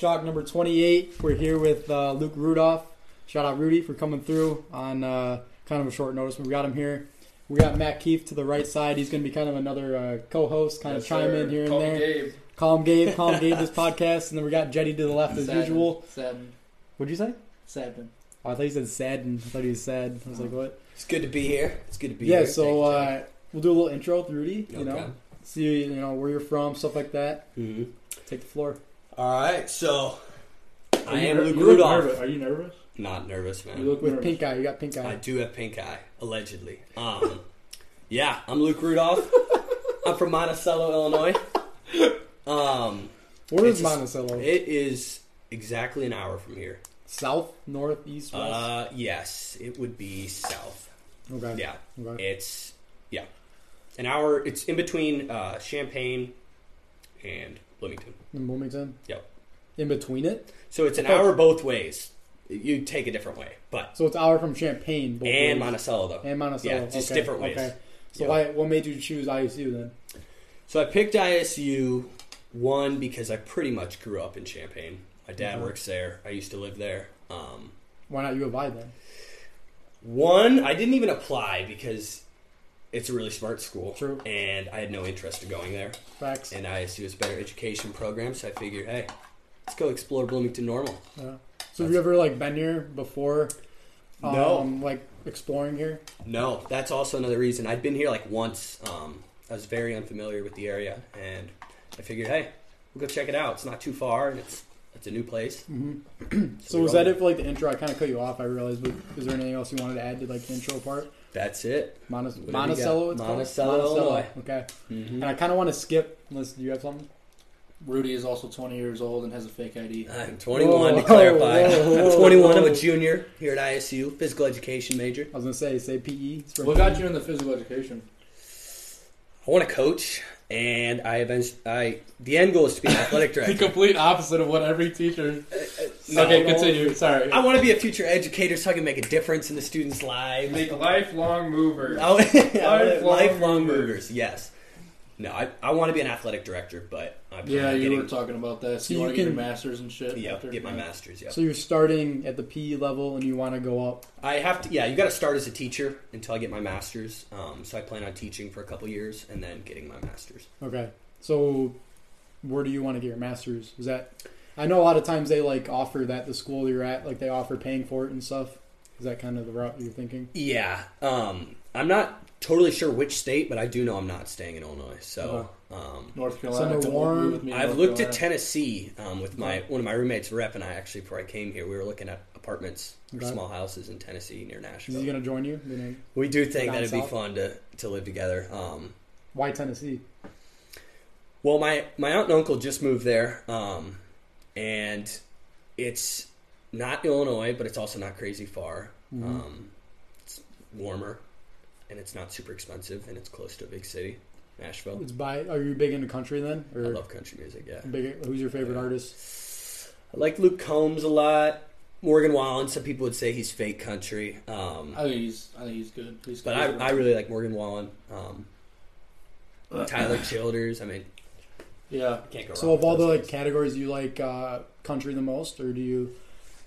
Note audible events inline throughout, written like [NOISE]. Talk number 28. We're here with uh, Luke Rudolph. Shout out Rudy for coming through on uh, kind of a short notice, but we got him here. We got Matt Keefe to the right side. He's going to be kind of another uh, co-host, kind of Yes, chime sir. in here and Call there. Gabe. Calm Gabe, calm Gabe. [LAUGHS] This podcast, and then we got Jetty to the left as Sadden. usual. Sadden. What'd you say? Sadden. Oh, I thought you said sad, and I thought he was sad. I was like, what? It's good to be here. It's good to be yeah, here. so uh, we'll do a little intro with Rudy. uh, You Okay. know, see you know where you're from, stuff like that. hmm Take the floor. All right, so I you am ner- Luke you look Rudolph. nervous. Are you nervous? Not nervous, You man. look With nervous. pink eye, you got pink I eye. do have pink eye, allegedly. Um, yeah, I'm [LAUGHS] Luke Rudolph. I'm from Monticello, Illinois. Um, Where is it's just- Monticello? it is exactly an hour from here. South, north, east, west. Uh, yes, it would be south. okay. Yeah, okay. it's yeah, an hour. It's in between uh, Champaign and Bloomington. In Wilmington. Yep. In between it, So it's an hour both ways. You take a different way, but so it's hour from Champagne both and ways. Monticello though. Mm-hmm. and Monticello. Yeah, it's just okay. different ways. Okay. So Yeah. why? What made you choose ISU then? So I picked ISU one because I pretty much grew up in Champaign. My dad Mhm. works there. I used to live there. Um, Why not U of I then? one, I didn't even apply because it's a really smart school, True. and I had no interest in going there. Facts. And ISU is a better education program, so I figured, hey, let's go explore Bloomington Normal. Yeah. So have you ever like been here before? Um, No. Like exploring here. No, that's also another reason. I'd been here like once. Um, I was very unfamiliar with the area, and I figured, hey, we'll go check it out. It's not too far, and it's it's a new place. hmm [CLEARS THROAT] So we was that rolled. it for like the intro? I kind of cut you off. I realized. But is there anything else you wanted to add to like the intro part? That's it. Montice- What do we Monticello. got? It's called? Monticello, Illinois. Okay. Mm-hmm. And I kind of want to skip. Unless do you have something? Rudy is also 20 years old and has a fake ID. I'm 21 Whoa, to clarify. whoa, whoa, I'm 21. I'm whoa. a junior here at ISU, physical education major. I was gonna say say PE. It's from What got PE. you in the physical education? I want to coach, and I eventually, I the end goal is [LAUGHS] to be an athletic The director. complete opposite of what every teacher. No. okay, continue. Sorry. I want to be a future educator so I can make a difference in the students' lives. Make lifelong movers. Oh, [LAUGHS] lifelong, Lifelong lifelong movers. movers. Yes. No, I, I want to be an athletic director, but I'm planning yeah, on you getting, were talking about that. So So you, you want to get your can- master's and shit? yeah, after? get my master's. Yeah, So you're starting at the PE level and you want to go up. I have to. Yeah, you got to start as a teacher until I get my master's. Um, so I plan on teaching for a couple years and then getting my master's. Okay. So where do you want to get your master's? Is that I know a lot of times they like offer that the school you're at, like they offer paying for it and stuff. Is that kind of the route you're thinking? Yeah, um, I'm not totally sure which state, but I do know I'm not staying in Illinois. So um, North Carolina. Summer Come warm. move with Uh-huh. me to I've North looked Carolina. at Uh-huh. Tennessee um, with my one of my roommates, Rep, and I actually before I came here, we were looking at apartments, or Okay. small houses in Tennessee near Is Nashville. he gonna join you? You know, We do think Down that it'd be south? fun to, to live together. Um, Why Tennessee? well, my, my aunt and uncle just moved there, um, and it's not Illinois, but it's also not crazy far. Mhm. Um, it's warmer, and it's not super expensive, and it's close to a big city, Nashville. It's by. Are you big into country then, I or love country music, yeah. big? Who's your favorite Yeah. artist? I like Luke Combs a lot. Morgan Wallen, some people would say he's fake country. Um, I think he's. I think he's good. He's But I, good. I really like Morgan Wallen. Um, Tyler Childers. I mean, yeah. Uh, can't go wrong. So of with all the like those guys. categories, do you like uh, country the most, or do you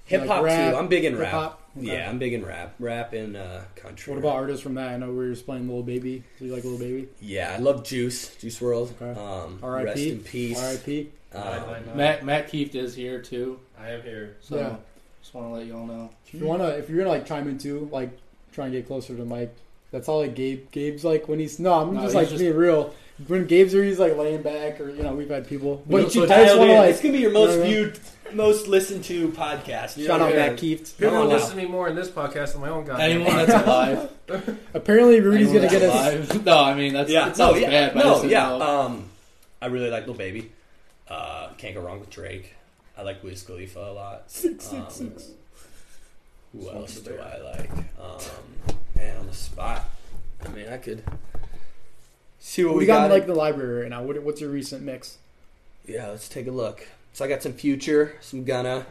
hip hop like rap, too, I'm big in rap. hop? Okay. Yeah, I'm big in rap, rap and uh, country. What about artists from that? I know we were just playing Little Baby. Do you like Little Baby? Yeah, I love Juice, Juice World. Okay. Um, R.I.P. Rest in peace. R.I.P. Uh, Matt Matt Keeft is here too. I am here. So Yeah. just want to let y'all know. If you wanna, if you're gonna like chime in too, like try and get closer to Mike. That's all like Gabe. Gabe's like when he's no, I'm No, just he's like just- being real. When Gabe's here, he's like laying back, or you know, we've had people. but But you I just dialed want in. to it's like gonna be your most Yeah, yeah. viewed, most listened to podcast. You shout know out what I mean? Matt Keeft. Come on Everyone now. listens to me more in this podcast than my own guy. Anyone that's alive. Apparently, Rudy's anyone gonna get that's us. alive. [LAUGHS] No, I mean that's. Yeah, It sounds no, yeah, bad. But I no, just didn't yeah. know. Um, I really like Lil Baby. Uh, can't go wrong with Drake. I like Wiz Khalifa [LAUGHS] a lot. Um, Who Smoke else the do bear. I like? Um, man, on the spot. I mean, I could see what What we, we got in, got. like the library right now. What, what's your recent mix? yeah, let's take a look. So I got some Future, some Gunna,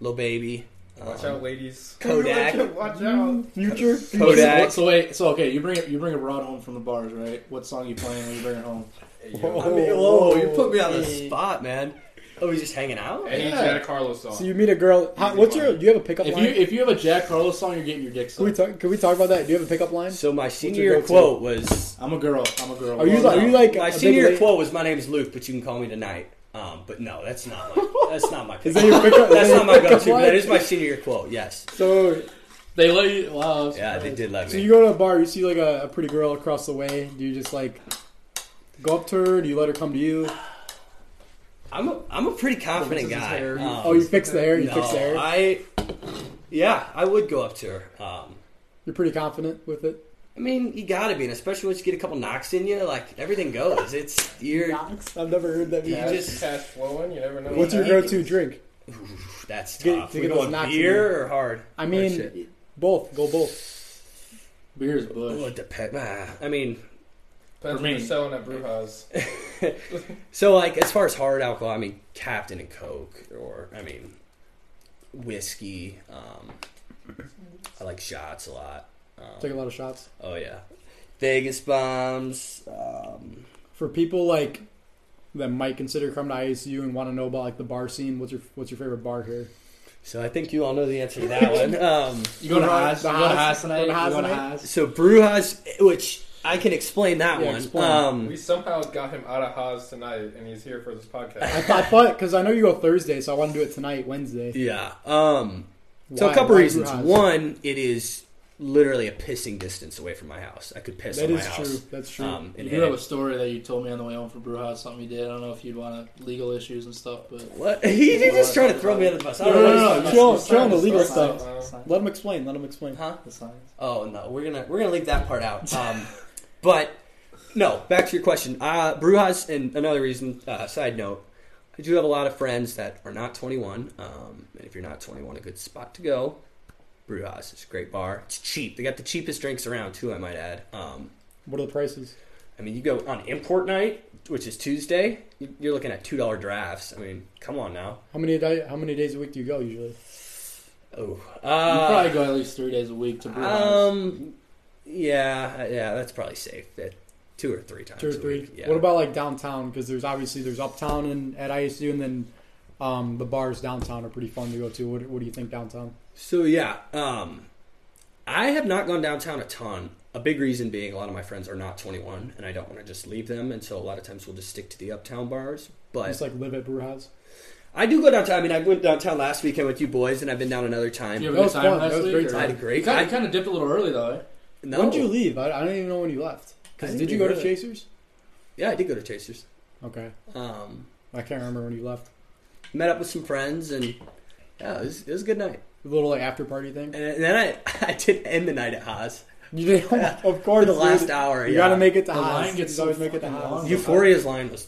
Lil Baby. Um, [LAUGHS] Watch out, ladies. Kodak. Watch out. Mm, Future. Kodak. So, so wait, so okay, you bring it, you bring it rod home from the bars, Oh, right? What song you playing when you bring it home? I mean, whoa, you put me on the spot, man. Oh, he's just hanging out. And he's Yeah. got a Carlos song. So you meet a girl. How, what's your? Do you have a pickup If line? you if you have a Jack Carlos song, you're getting your dick can we sucked. talk? Can we talk about that? Do you have a pickup line? So my senior your year go-to? quote was I'm a girl. I'm a girl. Are you Well, like? no. Are you like? Oh, uh, my a big senior year lady? quote was my name is Luke, but you can call me tonight. Um, but no, that's not my [LAUGHS] [LAUGHS] that's not my Is that your pickup? [LAUGHS] that's is that [LAUGHS] not my your pickup go-to. But line? that is my senior year quote. Yes. So They let you. Wow. that's- Yeah, they did let so me. you go to a bar. You see like a, a pretty girl across the way. Do you just like go up to her? Do you let her come to you? I'm a I'm a pretty confident This is his guy. hair. Um, Oh, you fix the hair. You no, fix the hair. I yeah, I would go up to her. Um, You're pretty confident with it. I mean, you gotta be, and especially once you get a couple knocks in you, like everything goes. It's you're I've never heard that. You before. Cash- just- cash flowing. You never know. What's your go-to drink? that's Get- tough. to We get those going knocks in beer or hard? I Hard mean, shit. both. Go both. Beer's Well, bush. it depends. ah, [SIGHS] I mean, Depends For what me. you're selling at Brujas. so like as far as hard alcohol, I mean Captain and Coke, or I mean whiskey. Um, I like shots a lot. Take a Um, lot of shots. oh yeah, Vegas bombs. Um, For people like that might consider coming to ISU and want to know about like the bar scene. What's your What's your favorite bar here? so I think you all know the answer to [LAUGHS] that one. Um, You going to Haas? The You going to Haas? Haas tonight? You Going to Haas going to tonight? Haas? so Brujas, which I can explain that Yeah, one. explain. Um, We somehow got him out of Haas tonight, and he's here for this [LAUGHS] podcast. I thought because I know you go Thursday, so I want to do it tonight, Wednesday. Yeah. Um, so Why- a couple why reasons. Brujas? One, it is literally a pissing distance away from my house. I could piss that on my is house. true. That's true. Um, You and do have a it- story that you told me on the way home from Brujas, something you did. I don't know if you'd want to legal issues and stuff, but what? [LAUGHS] He, he just trying to throw me under the bus. I No, don't know no, what no, he's no, talking chill, about. chill on the legal It's stuff. science, it's science. Let him explain. Let him explain. Huh? It's science. Oh no, we're gonna we're gonna leave that part out. Um, [LAUGHS] but no, back to your question. Uh, Brujas, and another reason. Uh, side note, I do have a lot of friends that are not 21. Um, and if you're not 21, a good spot to go. Brujas is a great bar. It's cheap. They got the cheapest drinks around too. I might add. Um, What are the prices? I mean, you go on import night, which is Tuesday. you- You're looking at two dollar drafts. I mean, come on now. How many di- How many days a week do you go usually? Oh, You uh, probably go at least three days a week to Brujas. um, yeah, yeah, that's probably safe. That two or three times. Two or a three. week, Yeah. What about like downtown? Because there's obviously there's uptown and at ISU, and then um, the bars downtown are pretty fun to go to. What, what do you think downtown? So yeah, um, I have not gone downtown a ton. A big reason being a lot of my friends are not 21, and I don't want to just leave them. And so a lot of times we'll just stick to the uptown bars. But Just like live at Brewhouse. I do go downtown. I mean, I went downtown last weekend with you boys, and I've been down another time. Did you have That a was good time fun. last That was week? great or- I had a great You kind time. of, kind of dipped a little early though. Eh? No. When did you leave? I, I don't even know when you left. I Because didn't did you even go to really- Chasers? Yeah, I did go to Chasers. Okay, Um, I can't remember when you left. met up with some friends, and yeah, it was, it was a good night. A little like after party thing. And then I, [LAUGHS] I did end the night at Haas You [LAUGHS] did, of for course. the last dude. hour. You yeah. gotta make it to The Haas. line gets You so always make it to fucking Haas. long. Euphoria's line was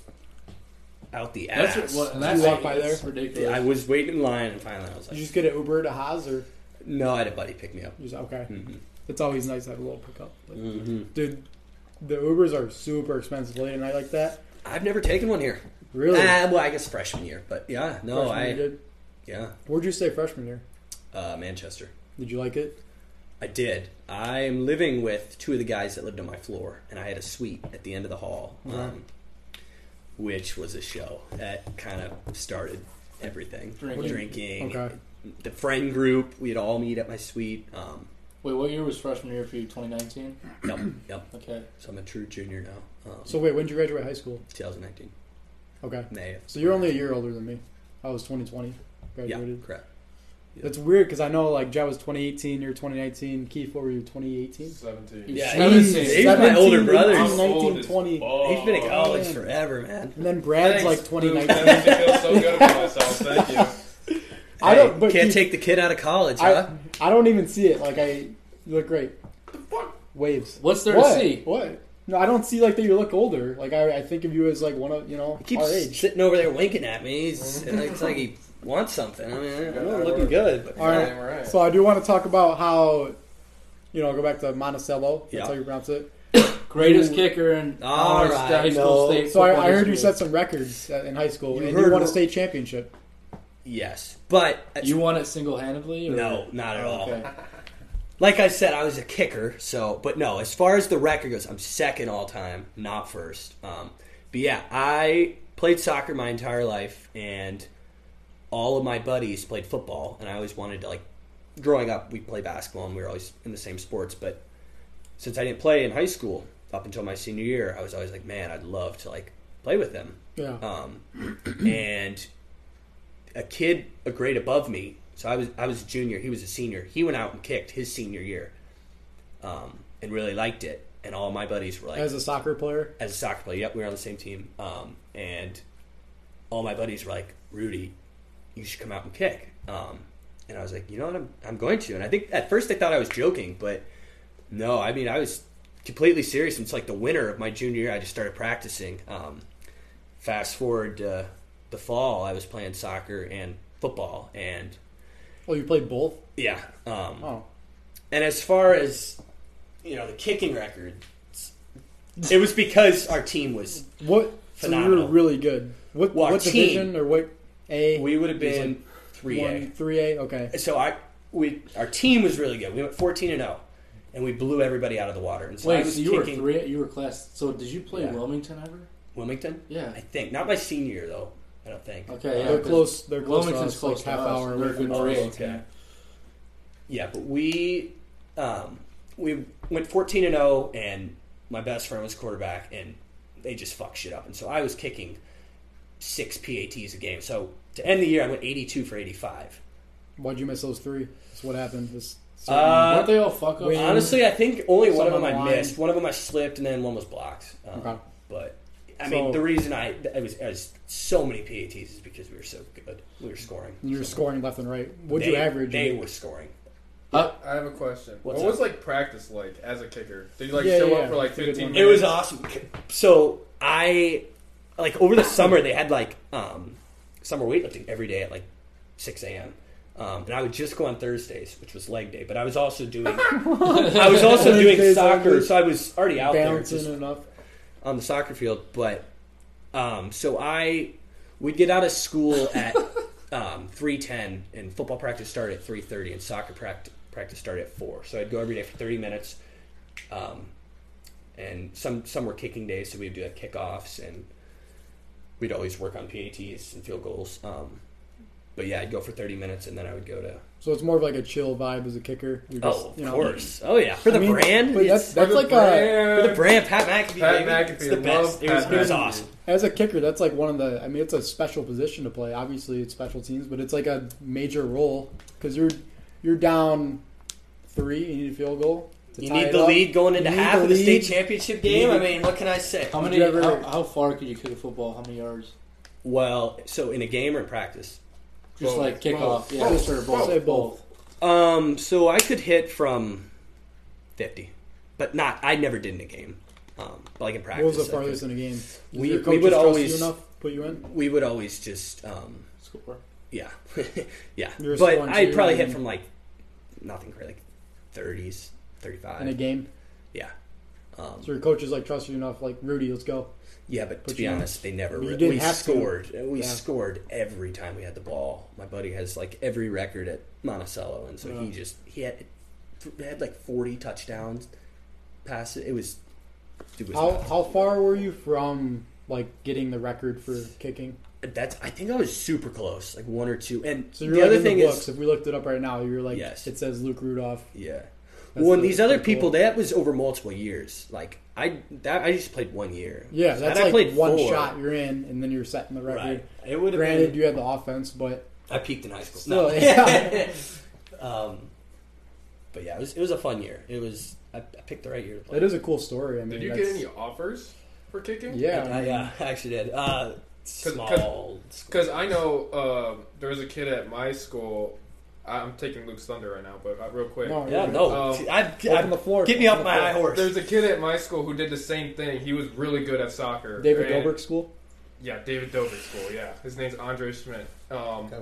out the ass. That's what. Did that's you walk by that's Yeah, Ridiculous. I was waiting in line, and finally I was You like, just get an Uber to Haas, or "No, I had a buddy pick me up." just okay. hmm It's always nice to have a little pickup. But, hmm dude, the Ubers are super expensive late at night like that. I've never taken one here. Really? Ah, well, I guess freshman year, but yeah, no, Freshman I year, dude. yeah, Where'd you stay freshman year? uh, Manchester. Did you like it? I did. I am living with two of the guys that lived on my floor, and I had a suite at the end of the hall, Uh-huh. um, which was a show that kind of started everything. Drinking. Drinking. Okay. The friend group, we'd all meet at my suite. Um, Wait, what year was freshman year for you? 2019. yep, [CLEARS THROAT] yep. Okay. So I'm a true junior now. Um, So wait, when did you graduate high school? 2019, Okay. May. of- So you're only a year older than me. I was 2020. Yeah, Graduated. correct. That's weird because I know like Jai was 2018, you're 2019. Keith, what were you, 2018? Seventeen. Yeah, he was, he was my 17, older brother. 18, I'm He's old 19, as 20. fuck. been in college Oh, man. forever, man. And then Brad's Thanks, like Luke. 2019. [LAUGHS] That makes me feel so good about myself. Thank you. I Hey, don't- but can't you- take the kid out of college, huh? I, I don't even see it. Like I you look great. Waves. What's there what? to see? What? No, I don't see like that. You look older. Like I, I think of you as like one of you know He keeps our age. sitting over there winking at me. He's, it's like he wants something. I mean, I know I'm looking good, [LAUGHS] but All right. Damn right. So I do want to talk about how, you know, go back to Monticello. That's Yeah. how you pronounce it. Greatest Ooh. kicker in All Iowa right, high school no. state. So football I, I heard you history. set some records uh, in high school, You and you heard won a wh- state championship. yes, but You won it single handedly? no, not at all. Okay. [LAUGHS] Like I said, I was a kicker, so but no. As far as the record goes, I'm second all time, not first. Um, but yeah, I played soccer my entire life, and all of my buddies played football, and I always wanted to like. Growing up, we played basketball, and we were always in the same sports. But since I didn't play in high school up until my senior year, I was always like, man, I'd love to like play with them. Yeah. Oh, Um, and a kid a grade above me, so I was I was a junior, he was a senior. He went out and kicked his senior year, um, and really liked it. And all my buddies were like, As a soccer player, as a soccer player. Yep, we were on the same team. Um, and all my buddies were like, Rudy, you should come out and kick. Um, and I was like, you know what, I'm, I'm going to. And I think at first they thought I was joking, but no, I mean, I was completely serious. And it's like the winter of my junior year, I just started practicing. Um, fast forward uh, the fall, I was playing soccer and football. And oh, you played both. yeah, um, Oh, and as far as you know, the kicking record, it's- it was because our team was what? So you Phenomenal. were really good. What? Well, our what team- division or what? A. We would have It was been three like A. one three A. Okay. So I we our team was really good. We went fourteen and zero, and we blew everybody out of the water. And so I Wait, was so you were kicking three? You were class. So did you play Yeah. Wilmington ever? Wilmington. Yeah. I think not my senior year though. I don't think. Oh, Okay, yeah. They're 'cause close. They're close. to Wilmington's us, close like to half us, hour. and they're away from good us. for us. okay. Yeah, but we um, we went fourteen and zero, and my best friend was quarterback, and they just fucked shit up. And so I was kicking six PATs a game. So to end the year, I went eighty two for eighty five. Why'd you miss those three? That's what happened. This Uh, Weren't they all fuck ups? Wait. Honestly, I think only one of Some them I online. missed. One of them I slipped, and then one was blocked. Um, Okay. But So- I mean, the reason I it was, it was so many PATs is because we were so good. We were scoring. you were So scoring left and right. What'd they- you average? They were scoring. I have a question. What's what up? was like practice like as a kicker? Did you like Yeah, show yeah, up for like that's a good fifteen? one. It minutes? was awesome. So I like over the summer they had like um, summer weightlifting every day at like six a.m. Um, and I would just go on Thursdays, which was leg day. But I was also [LAUGHS] doing I was also doing Thursdays soccer, only. so I was already out there. balancing just enough. on the soccer field, but um, so I would get out of school at um, three ten, and football practice started at three thirty, and soccer practice practice started at four. So I'd go every day for thirty minutes, um, and some some were kicking days, so we'd do like kickoffs, and we'd always work on PATs and field goals. Um, but yeah, I'd go for thirty minutes, and then I would go to So it's more of like a chill vibe as a kicker. You're just, oh, of you know, course, oh yeah, for I the mean, brand, But it's- that's, that's For like a brand. for the brand, Pat McAfee, Pat baby. McAfee, it's the love best. It was, Pat it was McAfee. awesome. as a kicker. That's like one of the. I mean, it's a special position to play. Obviously, it's special teams, but it's like a major role because you're you're down three. You need a field goal. to You tie need it the up. lead going into You need half the of the lead. state championship You game. need I the- mean, what can I say? how Did many? you ever- how, how far could you kick a football? How many yards? Well, so in a game or in practice? Just Both. like kickoff. Both. Yeah, Both. just or both. Say both. Um, so I could hit from fifty, but not. I never did in a game. Um, but like in practice, What was the I farthest could- in a game? Did We- your we coaches would trust always- you enough put you in. we would always just um, Score. yeah, [LAUGHS] yeah. You're a But sponge, I'd you're probably not hit even- from like nothing great, like thirties, in a thirty-five. game. Yeah, um, So your coaches like trust you enough, like Rudy, let's go. yeah. But to But be you- honest, they never. you Re- didn't we have to. scored. We Yeah. scored every time we had the ball. My buddy has like every record at Monticello, and so he Yeah. just he had he had like forty touchdowns. Passes. It was. It was How how far were you from like getting the record for kicking? that's. I think I was super close, like one or two. And So the you're like other in thing the is, books. if we looked it up right now, you're like Yes. it says Luke Rudolph. yeah. That's well, and the- these other the goal. people, that was over multiple years. Like I, that I just played one year. Yeah, Had that's I like played one four- shot you're in, and then you're setting the record. Right. It would have Granted, been. you had the offense, but I peaked in high school. Still, no. [LAUGHS] yeah. um, but yeah, it was it was a fun year. It was I, I picked the right year to play. that is a cool story. I mean, Did you get that's- any offers for kicking? Yeah, I, yeah, I actually did. Uh, small. Because I know um, there was a kid at my school. I'm taking Luke's thunder right now, but uh, real quick. No, Yeah, no. Um, I, I, Open the floor. get me off my Open the high floor. horse. There's a kid at my school who did the same thing. He was really good at soccer. David And- Dobrik School. Yeah, David Dobrik school. Yeah, his name's Andre Schmidt. Um, Okay.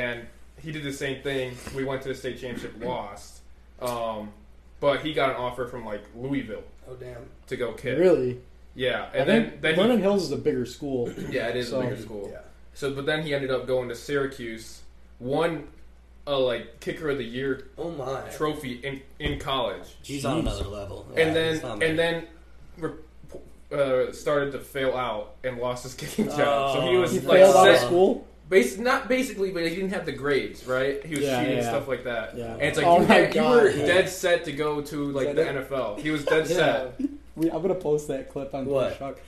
and he did the same thing. We went to the state championship, lost. Um, but he got an offer from like Louisville oh damn. to go kick. Really? Yeah, and I then think then Vernon he, Hills is a bigger [CLEARS THROAT] school. yeah, it is So- a bigger school. So, but then he ended up going to Syracuse, won a like kicker of the year Oh my. trophy in in college, He's on another level. Yeah, and he's then on and there. then re- uh, started to fail out and lost his [LAUGHS] kicking job. so he Oh, was He like failed out of set- school. Bas- not basically, but he didn't have the grades, right? He was Yeah, cheating and yeah. stuff like that. Yeah. And it's like Oh you, my had- you were God, yeah. dead set to go to like Is the that NFL. He [LAUGHS] was dead set. [LAUGHS] We, I'm gonna post that clip on What? Shock.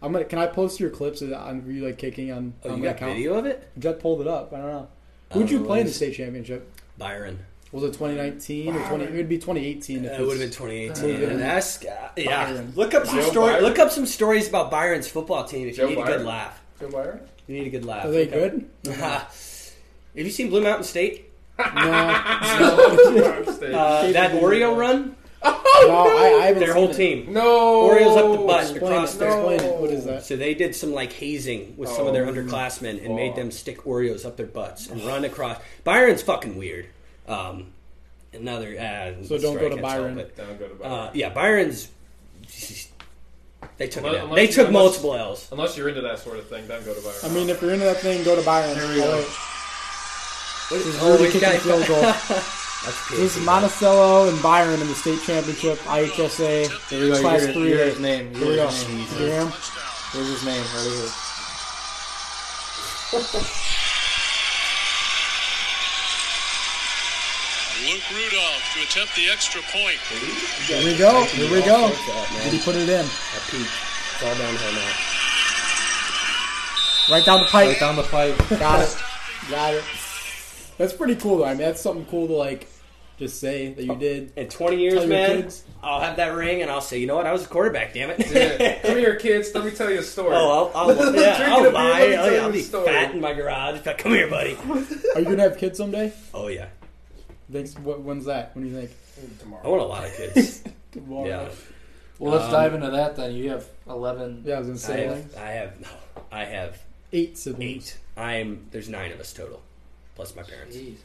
I'm gonna. Can I post your clips of- on were you like kicking on? Oh, on you my got account? video of it? Jet pulled it up. I don't know. Who'd you Um, play in the state championship? Byron. Was it 2019 or 20? It would be 2018. If It would have been it's- Would've 2018. been- And that's uh, yeah. Byron. Look up some Joe story. Byron. Look up some stories about Byron's football team if you Joe need a good Byron. laugh. Joe Byron? You need a good laugh. Are they Look up- good? [LAUGHS] Have you seen Blue Mountain State? No. no, Uh, that Capable. Oreo run? No, [LAUGHS] I, I haven't Their whole seen it. team. Orioles Orioles up the butt Explain across it. their. Explain it. What is that? So they did some like hazing with some of their Oh. underclassmen and Oh. made them stick Oreos up their butts and run across. Byron's fucking weird. Um, another. Uh, So don't story go I to can't Byron. but, Don't go to Byron. uh, yeah, Byron's. They took it Unless- out. unless They you- took unless- multiple L's. Unless you're into that sort of thing, don't go to Byron. I mean, if you're into that thing, go to Byron. There we go. Oh, wait. What This is oh, Rudy we kicking got- field goal. [LAUGHS] That's This is PhD. Monticello and Byron in the state championship, IHSA. There you go. Class Hear, three. hear his name. Here we Hear go. his name. You hear him? Here's his name right here. Luke Rudolph to attempt the extra point. Here we go. Here we go. That's, uh, Did man, he put it in? a peak. It's all downhill now. Right down the pipe. down the pipe. Got it. Got it. That's pretty cool, though. I mean, that's something cool to, like, just say that you did. In 20 Tell years, your man, kids. I'll have that ring and I'll say, you know what, I was a quarterback, damn it. [LAUGHS] Yeah. Come here, kids. Let me tell you a story. oh, I'll, [LAUGHS] I'll, yeah, Drinking a I'll beer, lie. let me I'll, tell you I'll the be story. fat in my garage. Like, Come here, buddy. Are you going to have kids someday? Oh, yeah. Thanks. What, when's that? When do you think? Tomorrow. I want a lot of [LAUGHS] kids. Good morning. yeah. Well, let's Um, dive into that then. You have 11. Yeah, I was going to I say, like, have, I have, no, I have eight siblings. eight. I'm, there's nine of us total, plus my parents. Jeez.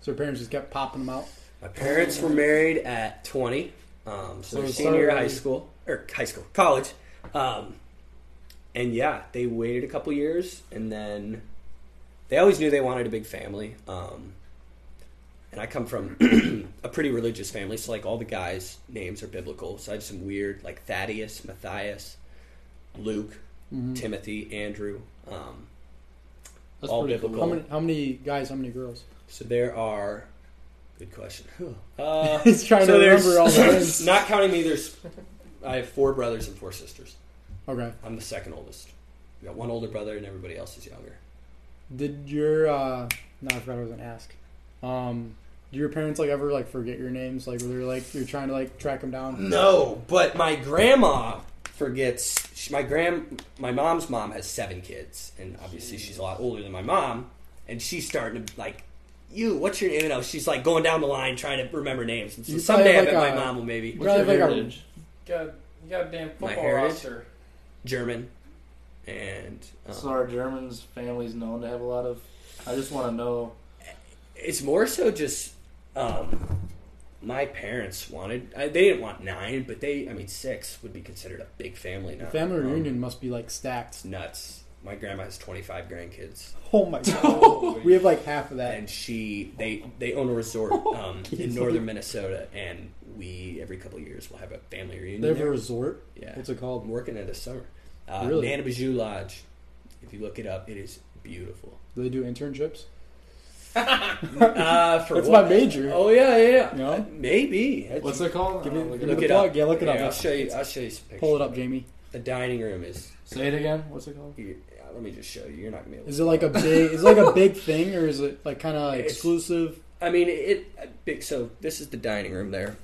So your parents just kept popping them out. My parents were married at 20, um, so, So their it's senior year of high early. school or high school, college, um, and yeah, they waited a couple years, and then they always knew they wanted a big family. Um, and I come from [CLEARS THROAT] a pretty religious family, so like all the guys' names are biblical. So I had some weird like Thaddeus, Matthias, Luke, Timothy, Andrew, um, That's all pretty cool. biblical. How many? How many guys? How many girls? [LAUGHS] So there are. Good question. [LAUGHS] Uh, He's trying to there's- remember all [LAUGHS] the names. Not counting me, there's. I have four brothers and four sisters. Okay. I'm the second oldest. We got one older brother, and everybody else is younger. Did your? uh No, I forgot what I was gonna ask. Um, do your parents like ever like forget your names? Like, were they like you're trying to like track them down? No, but my grandma forgets. She, my grand, my mom's mom has seven kids, and obviously she's a lot older than my mom, and she's starting to like. You, what's your name? You know, she's like going down the line trying to remember names. And so You someday I probably bet like my a- mom will maybe What's your Probably like a- heritage? God, you got a damn My football heritage? roster. German, and um, So our Germans families known to have a lot of. I just want to know. it's more so just um, my parents wanted I, they didn't want nine but they i mean six would be considered a big family now Family Um, reunion must be like stacked. it's [LAUGHS] nuts my grandma has 25 grandkids Oh my god. we have like half of that. and she they they own a [LAUGHS] resort um, in northern minnesota and we every couple of years will have a family reunion They have a there. resort. yeah What's it i'm called? working it this summer uh, Really? nanabijou lodge if you look it up it is [LAUGHS] beautiful Do they do internships? uh, for That's what- my major. oh yeah yeah, yeah. You know? maybe What's it called? Give I me, don't know, look give it me look the it plug. up. Yeah, look it Yeah, up. I'll show you. I'll show you some pictures. Pull it up, [LAUGHS] Jamie. The dining room is. up. Say it again. What's it called? yeah, Let me just show you. You're not gonna be able. Is to it like a big? Is it like a big thing, or is it like kind of It's- exclusive? I mean, it. it- Big. So this is the dining room. There.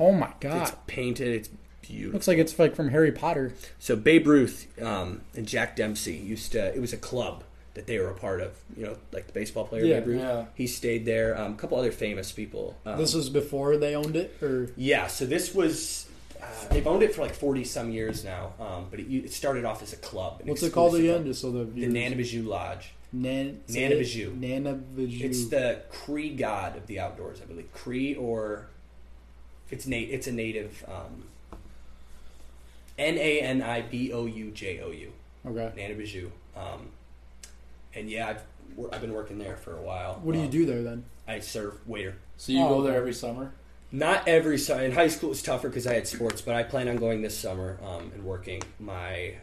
Oh my It's [LAUGHS] god! painted. It's beautiful. Looks like it's like from Harry Potter. So Babe Ruth um, and Jack Dempsey used to. It was a club that they were a part of. You know, like the baseball player Yeah, Babe Ruth. yeah. He stayed there. Um, a couple other famous people. Um, This was before they owned it, or Yeah, so this was. Uh, they've owned it for like 40 some years now, um, but it, u- it started off as a club. an what's it called exclusive again? club. Just so the The viewers. Nanabijou Lodge. Nan- Nanabijou. Nanabijou. It's the Cree god of the outdoors, I believe. Cree or it's na- it's a native um N A N I B O U J O U. okay. Nanabijou. Um and yeah, I've wor- I've been working there for a while. What do you Um, do there then? I serve waiter. So you Oh. go there every summer? not every summer. In high school, it's tougher because I had sports, but I plan on going this summer um, and working my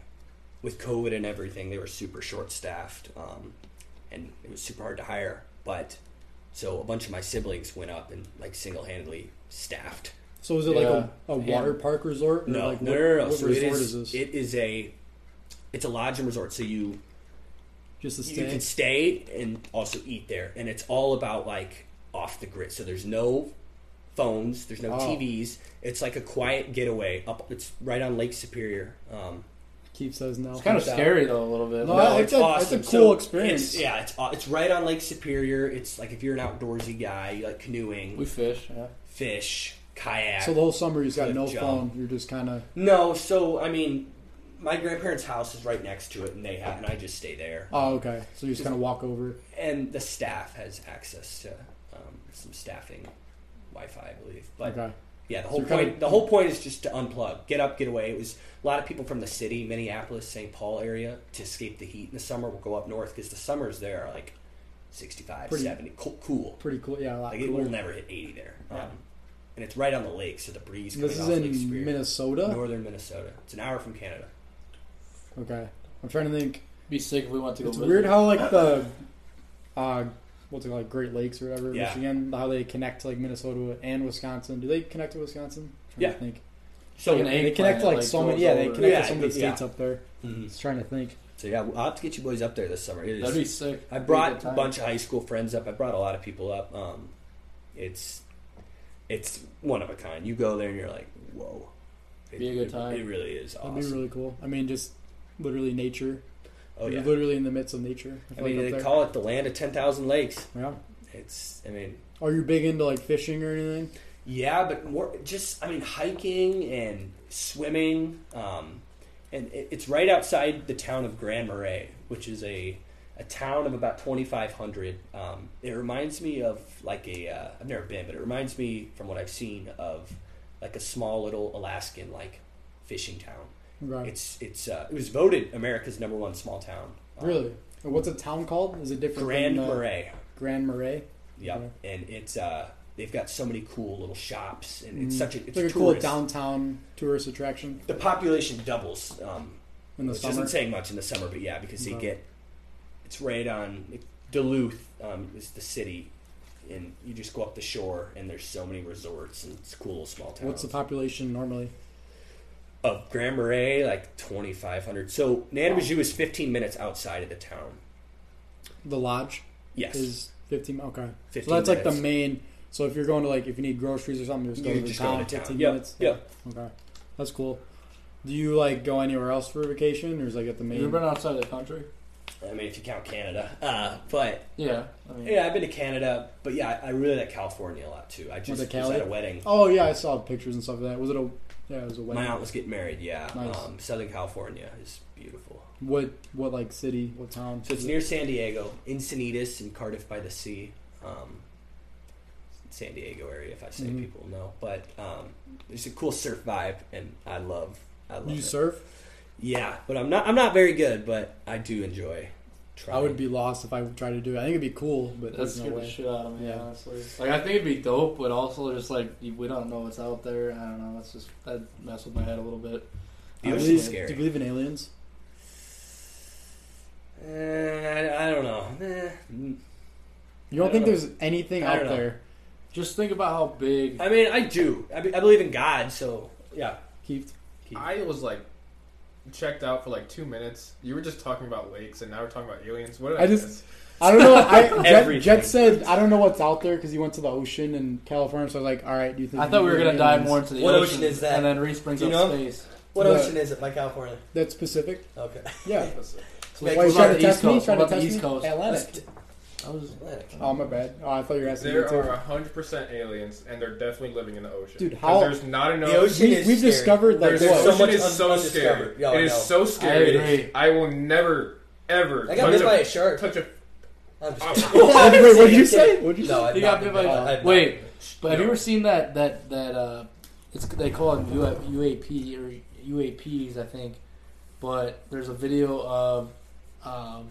with COVID and everything. They were super short staffed, um, and it was super hard to hire. But so a bunch of my siblings went up and like single handedly staffed. So is it like a, a Yeah. water park resort? Or No, like no, what, no, no, no. what So it resort is, is this? it is a it's a lodge and resort. So you Just a you stay. can stay and also eat there and it's all about like off the grid so there's no phones there's no Oh. tvs it's like a quiet getaway up it's right on lake superior um Keith says no. It's kind of Comes out. scary though, a little bit. No, Like, I- it's a- it's a cool experience. it's- yeah it's aw- it's right on lake superior it's like if you're an outdoorsy guy you like canoeing we fish. Yeah. fish kayak so the whole summer you've got Cliff no jump. phone. You're just kind of no so i mean my grandparents house is right next to it and they have and i just stay there oh okay. So you just kind of walk over. and the staff has access to um, some staffing Wi-Fi, I believe. But Okay. yeah, the whole you're point kinda- the whole point is just to unplug, get up, get away. It was a lot of people from the city, Minneapolis, St. Paul area, to escape the heat in the summer. will go up north because the summers there are like 65, Pretty- 70, cool. cool. Pretty cool. Yeah, a lot Like it cooler. will never hit 80 there. Um, and it's right on the lake, so the breeze coming This is off Lake in Superior, Minnesota. northern Minnesota. It's an hour from Canada. Okay. I'm trying to think. Be sick if we went to go. It's visit. weird how like the uh, what's it called, like Great Lakes or whatever, Yeah. Michigan, how they connect to like Minnesota and Wisconsin. Do they connect to Wisconsin? I'm trying Yeah. to think. So Like an They Eggplant, connect to like, like, so many. goes Yeah, they over. connect Yeah, to so many yeah. states up there. Mhm. Just trying to think. so yeah, I'll have to get you boys up there this summer. It is- That'd be sick. I Be brought good a time. bunch of high school friends up. I brought a lot of people up. Um, it's it's one of a kind. You go there and you're like, whoa. Be a good time. It, really is awesome. That'd be really cool. I mean, just literally nature. oh You're yeah. literally in the midst of nature. I feel mean, like, they up there. call it the land of ten thousand lakes. Yeah. It's. I mean, Are you big into like fishing or anything? yeah, but more just. I mean, hiking and swimming. Um, and it, it's right outside the town of Grand Marais, which is a a town of about 2,500. Um, it reminds me of like a, uh, I've never been, but it reminds me from what I've seen of like a small little Alaskan like fishing town. Right. It's, it's, uh, it was voted America's number one small town. Um, really. And what's a town called? Is it different? Grand than, uh, Marais. Grand Marais. Yep. And it's, uh, they've got so many cool little shops and it's Mm. such a, it's It's like a cool tourist. downtown tourist attraction The population doubles, um, in the which summer. isn't saying much in the summer, but yeah, because they No. get it's right on Duluth um, is the city, and you just go up the shore, and there's so many resorts and it's cool little small towns. What's the population normally? of Grand Marais? Like 2,500. So Nanamaju is 15 minutes outside of the town. The lodge Yes, is 15. Okay. 15 So that's like the minutes. main. So if you're going to like, if you need groceries or something, just go You to the just go town, to town. 15 Yep, minutes. yep. Okay. That's cool. Do you like go anywhere else for vacation or is like at the Have main? you ever been outside of the country? I mean, if you count Canada, uh, but Yeah. I mean, yeah, I've been to Canada, but yeah, I, I really like California a lot too. I just to was Cali? at a wedding. Oh yeah, I saw pictures and stuff of that. Was it a? Yeah, it was a wedding. My aunt was getting married. Yeah, Nice. um, Southern California is beautiful. What what like city? What town? So it's near San Diego, Encinitas and Cardiff by the Sea, um, San Diego area. If I say Mhm. people know, but um, it's a cool surf vibe, and I love. I love Do you it. surf? Yeah, but I'm not. I'm not very good, but I do enjoy. Trying. I would be lost if I tried to do it. I think it'd be cool, but That there's no scared the way. shit out of me, Yeah. honestly. Like, I think it'd be dope, but also just like you- we don't know what's out there. I don't know. That's just that messed with my head a little bit. The I ocean's believe- scary. Do you believe in aliens? Eh, I, I don't know. Eh, mm. You don't think I don't know. there's anything I out don't know. there? Just think about how big. I mean, I do. I, be, I believe in God, so yeah. Keith, I was like checked out for like two minutes. You were just talking about lakes, and now we're talking about aliens. What did I, I just- miss? I don't know. I Jet, Everything. Jet said I don't know what's out there because he went to the ocean in California. So I was like, all right, do you think? I thought we were gonna aliens- dive more into the What ocean, ocean is that? and then Reese brings Do you up know? space. What But- ocean is it? By California. That's Pacific. Okay. Yeah. So Why you like, what trying about to the test East me? Coast? Trying What to test about the East me? Coast? Atlantic. I was Oh my bad. Oh, I thought you were asking There me too. are hundred percent aliens, and they're definitely living in the ocean. Dude, 'Cause how- there's not enough. The ocean we, is we've scary. discovered like There's There's what? so so much much is un- so undiscovered. scary. Yeah, I it is know. so scary. I agree. I will never ever. I got touch bit a- by a shark. Touch a. I'm just [LAUGHS] Oh. Wait, what [LAUGHS] did you I'm say? kidding. What did you no, say? I've He not got been bit by. I- I've not wait, been. but have you ever seen that that that uh, it's they call it UAP or UAPs, I think. But there's a video of um,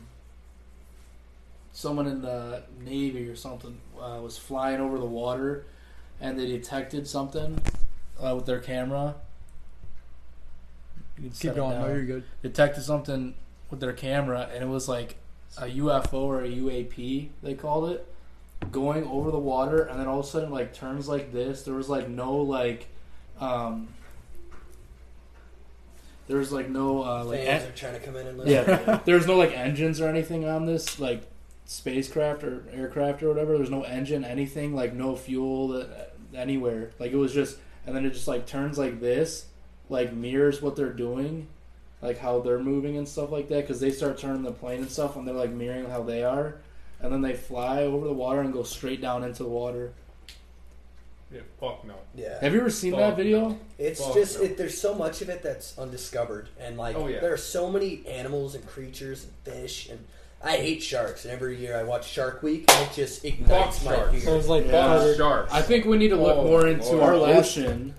someone in the Navy or something uh, was flying over the water, and they detected something uh, with their camera. You can set Keep it going. down. No, you're good. detected something with their camera, and it was like a UFO or a UAP, they called it, going over the water, and then all of a sudden, like turns like this. There was like no like, um, there was like no uh, like Fans are trying to come in and listen. [LAUGHS] yeah, [LAUGHS] there's no like engines or anything on this like spacecraft or aircraft or whatever. There's no engine, anything like no fuel uh, anywhere. Like it was just, and then it just like turns like this, like mirrors what they're doing, like how they're moving and stuff like that. Because they start turning the plane and stuff, and they're like mirroring how they are, and then they fly over the water and go straight down into the water. Yeah, [LAUGHS] fuck no. Yeah. Have you ever seen that Fuck. video? It's Well, just no. it, there's so much of it that's undiscovered, and like Oh, yeah. there are so many animals and creatures and fish, and I hate sharks. And every year I watch Shark Week, and it just ignites Fuck my sharks. So fear. it's like Yeah. Fuck Carter. sharks. I think we need to look Oh, more into Lord. our Our last- ocean.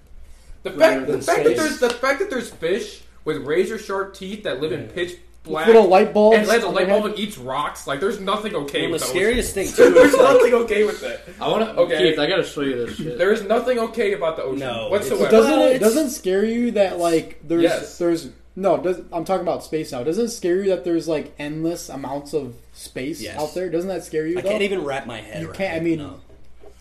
The rather fact, the than fact that space. there's the fact that there's fish with razor sharp teeth that live in pitch black Little light bulbs. and has a on light their bulb and eats rocks. Like there's nothing okay Well, the with those. scariest thing [LAUGHS] too There's is like nothing okay with that. I want to. Okay. Keith, I gotta show you this shit. There is nothing okay about the ocean No, whatsoever. But doesn't Well, it it's- doesn't scare you that like there's Yes. there's no does I'm talking about space now. Doesn't it scare you that there's like endless amounts of space Yes. out there? Doesn't that scare you? I though? can't even wrap my head. You around can't- I it, mean, no.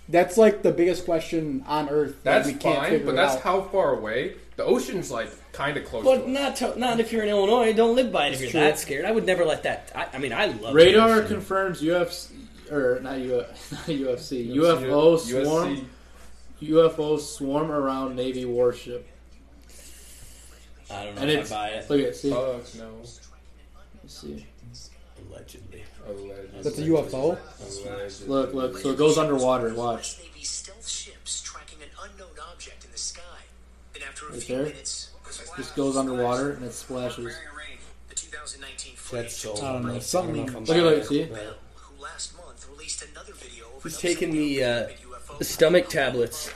That's like the biggest question on Earth. that that's we can't fine, figure but that's out. how far away the ocean's like kind of close. to But us. not to, not if you're in Illinois. Don't live by it if you're true. that scared. I would never let that. I, I mean, I love Radar this. confirms UFC or not, U, [LAUGHS] not UFC You UFO see it? swarm UFO swarm around Navy warship. I don't know And if it's I buy it. look at see USC. Fuck no. see Allegedly, Allegedly. That's a UFO. Allegedly. look look so it goes underwater. Watch U.S. Navy stealth ships tracking an unknown object in the sky. Then after a Right few there. minutes, just goes underwater and it splashes. The 2019 that's so. I don't know. Something. I don't know if Look I'm at buying look see it. Bell, who last month released another video of He's an taking the, uh, upside-down UFO The stomach tablets.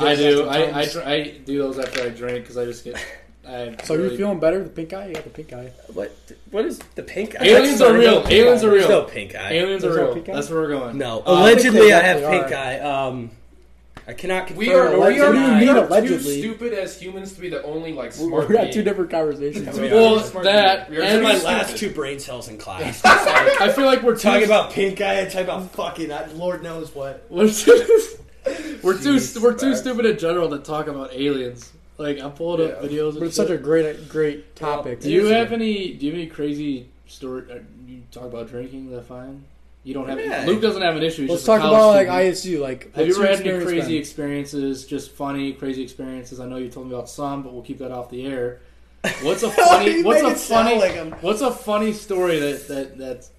I do I I, dr- I do those after I drink because I just [LAUGHS] get I So really, you're feeling better with the pink eye? You got the pink eye. What? What is the pink? eye? Aliens That's not are a real. pink Aliens eye. are real. There's no pink eye. aliens are There's no real pecan? that's where we're going No, Uh, I think they allegedly I, have definitely pink are. eye. Um, I cannot confirm. We are, or we are, Allegedly. we deny. Mean are too allegedly. stupid as humans to be the only like smart. We're at two being. different conversations. We are. Well, Smart that being. We are and too my stupid. Last two brain cells [LAUGHS] in class. I feel like we're talking too- about pink eye and talking about fucking I, Lord knows what. We're too, we're too, Jeez, we're too facts. stupid in general to talk about aliens. Like I'm pulling up Yeah. videos. And But it's such a shit. great great topic. Do you have any? Do you have any crazy story? uh, You talk about drinking. Is that fine? You don't have. Yeah. Luke doesn't have an issue. he's Let's just talk a college about like student. ISU. Like, Have you what's ever your had any experience crazy been? experiences? Just funny, crazy experiences. I know you told me about some, but we'll keep that off [LAUGHS] the air. What's a funny? You what's make a it sound funny? like I'm- what's a funny story that that that's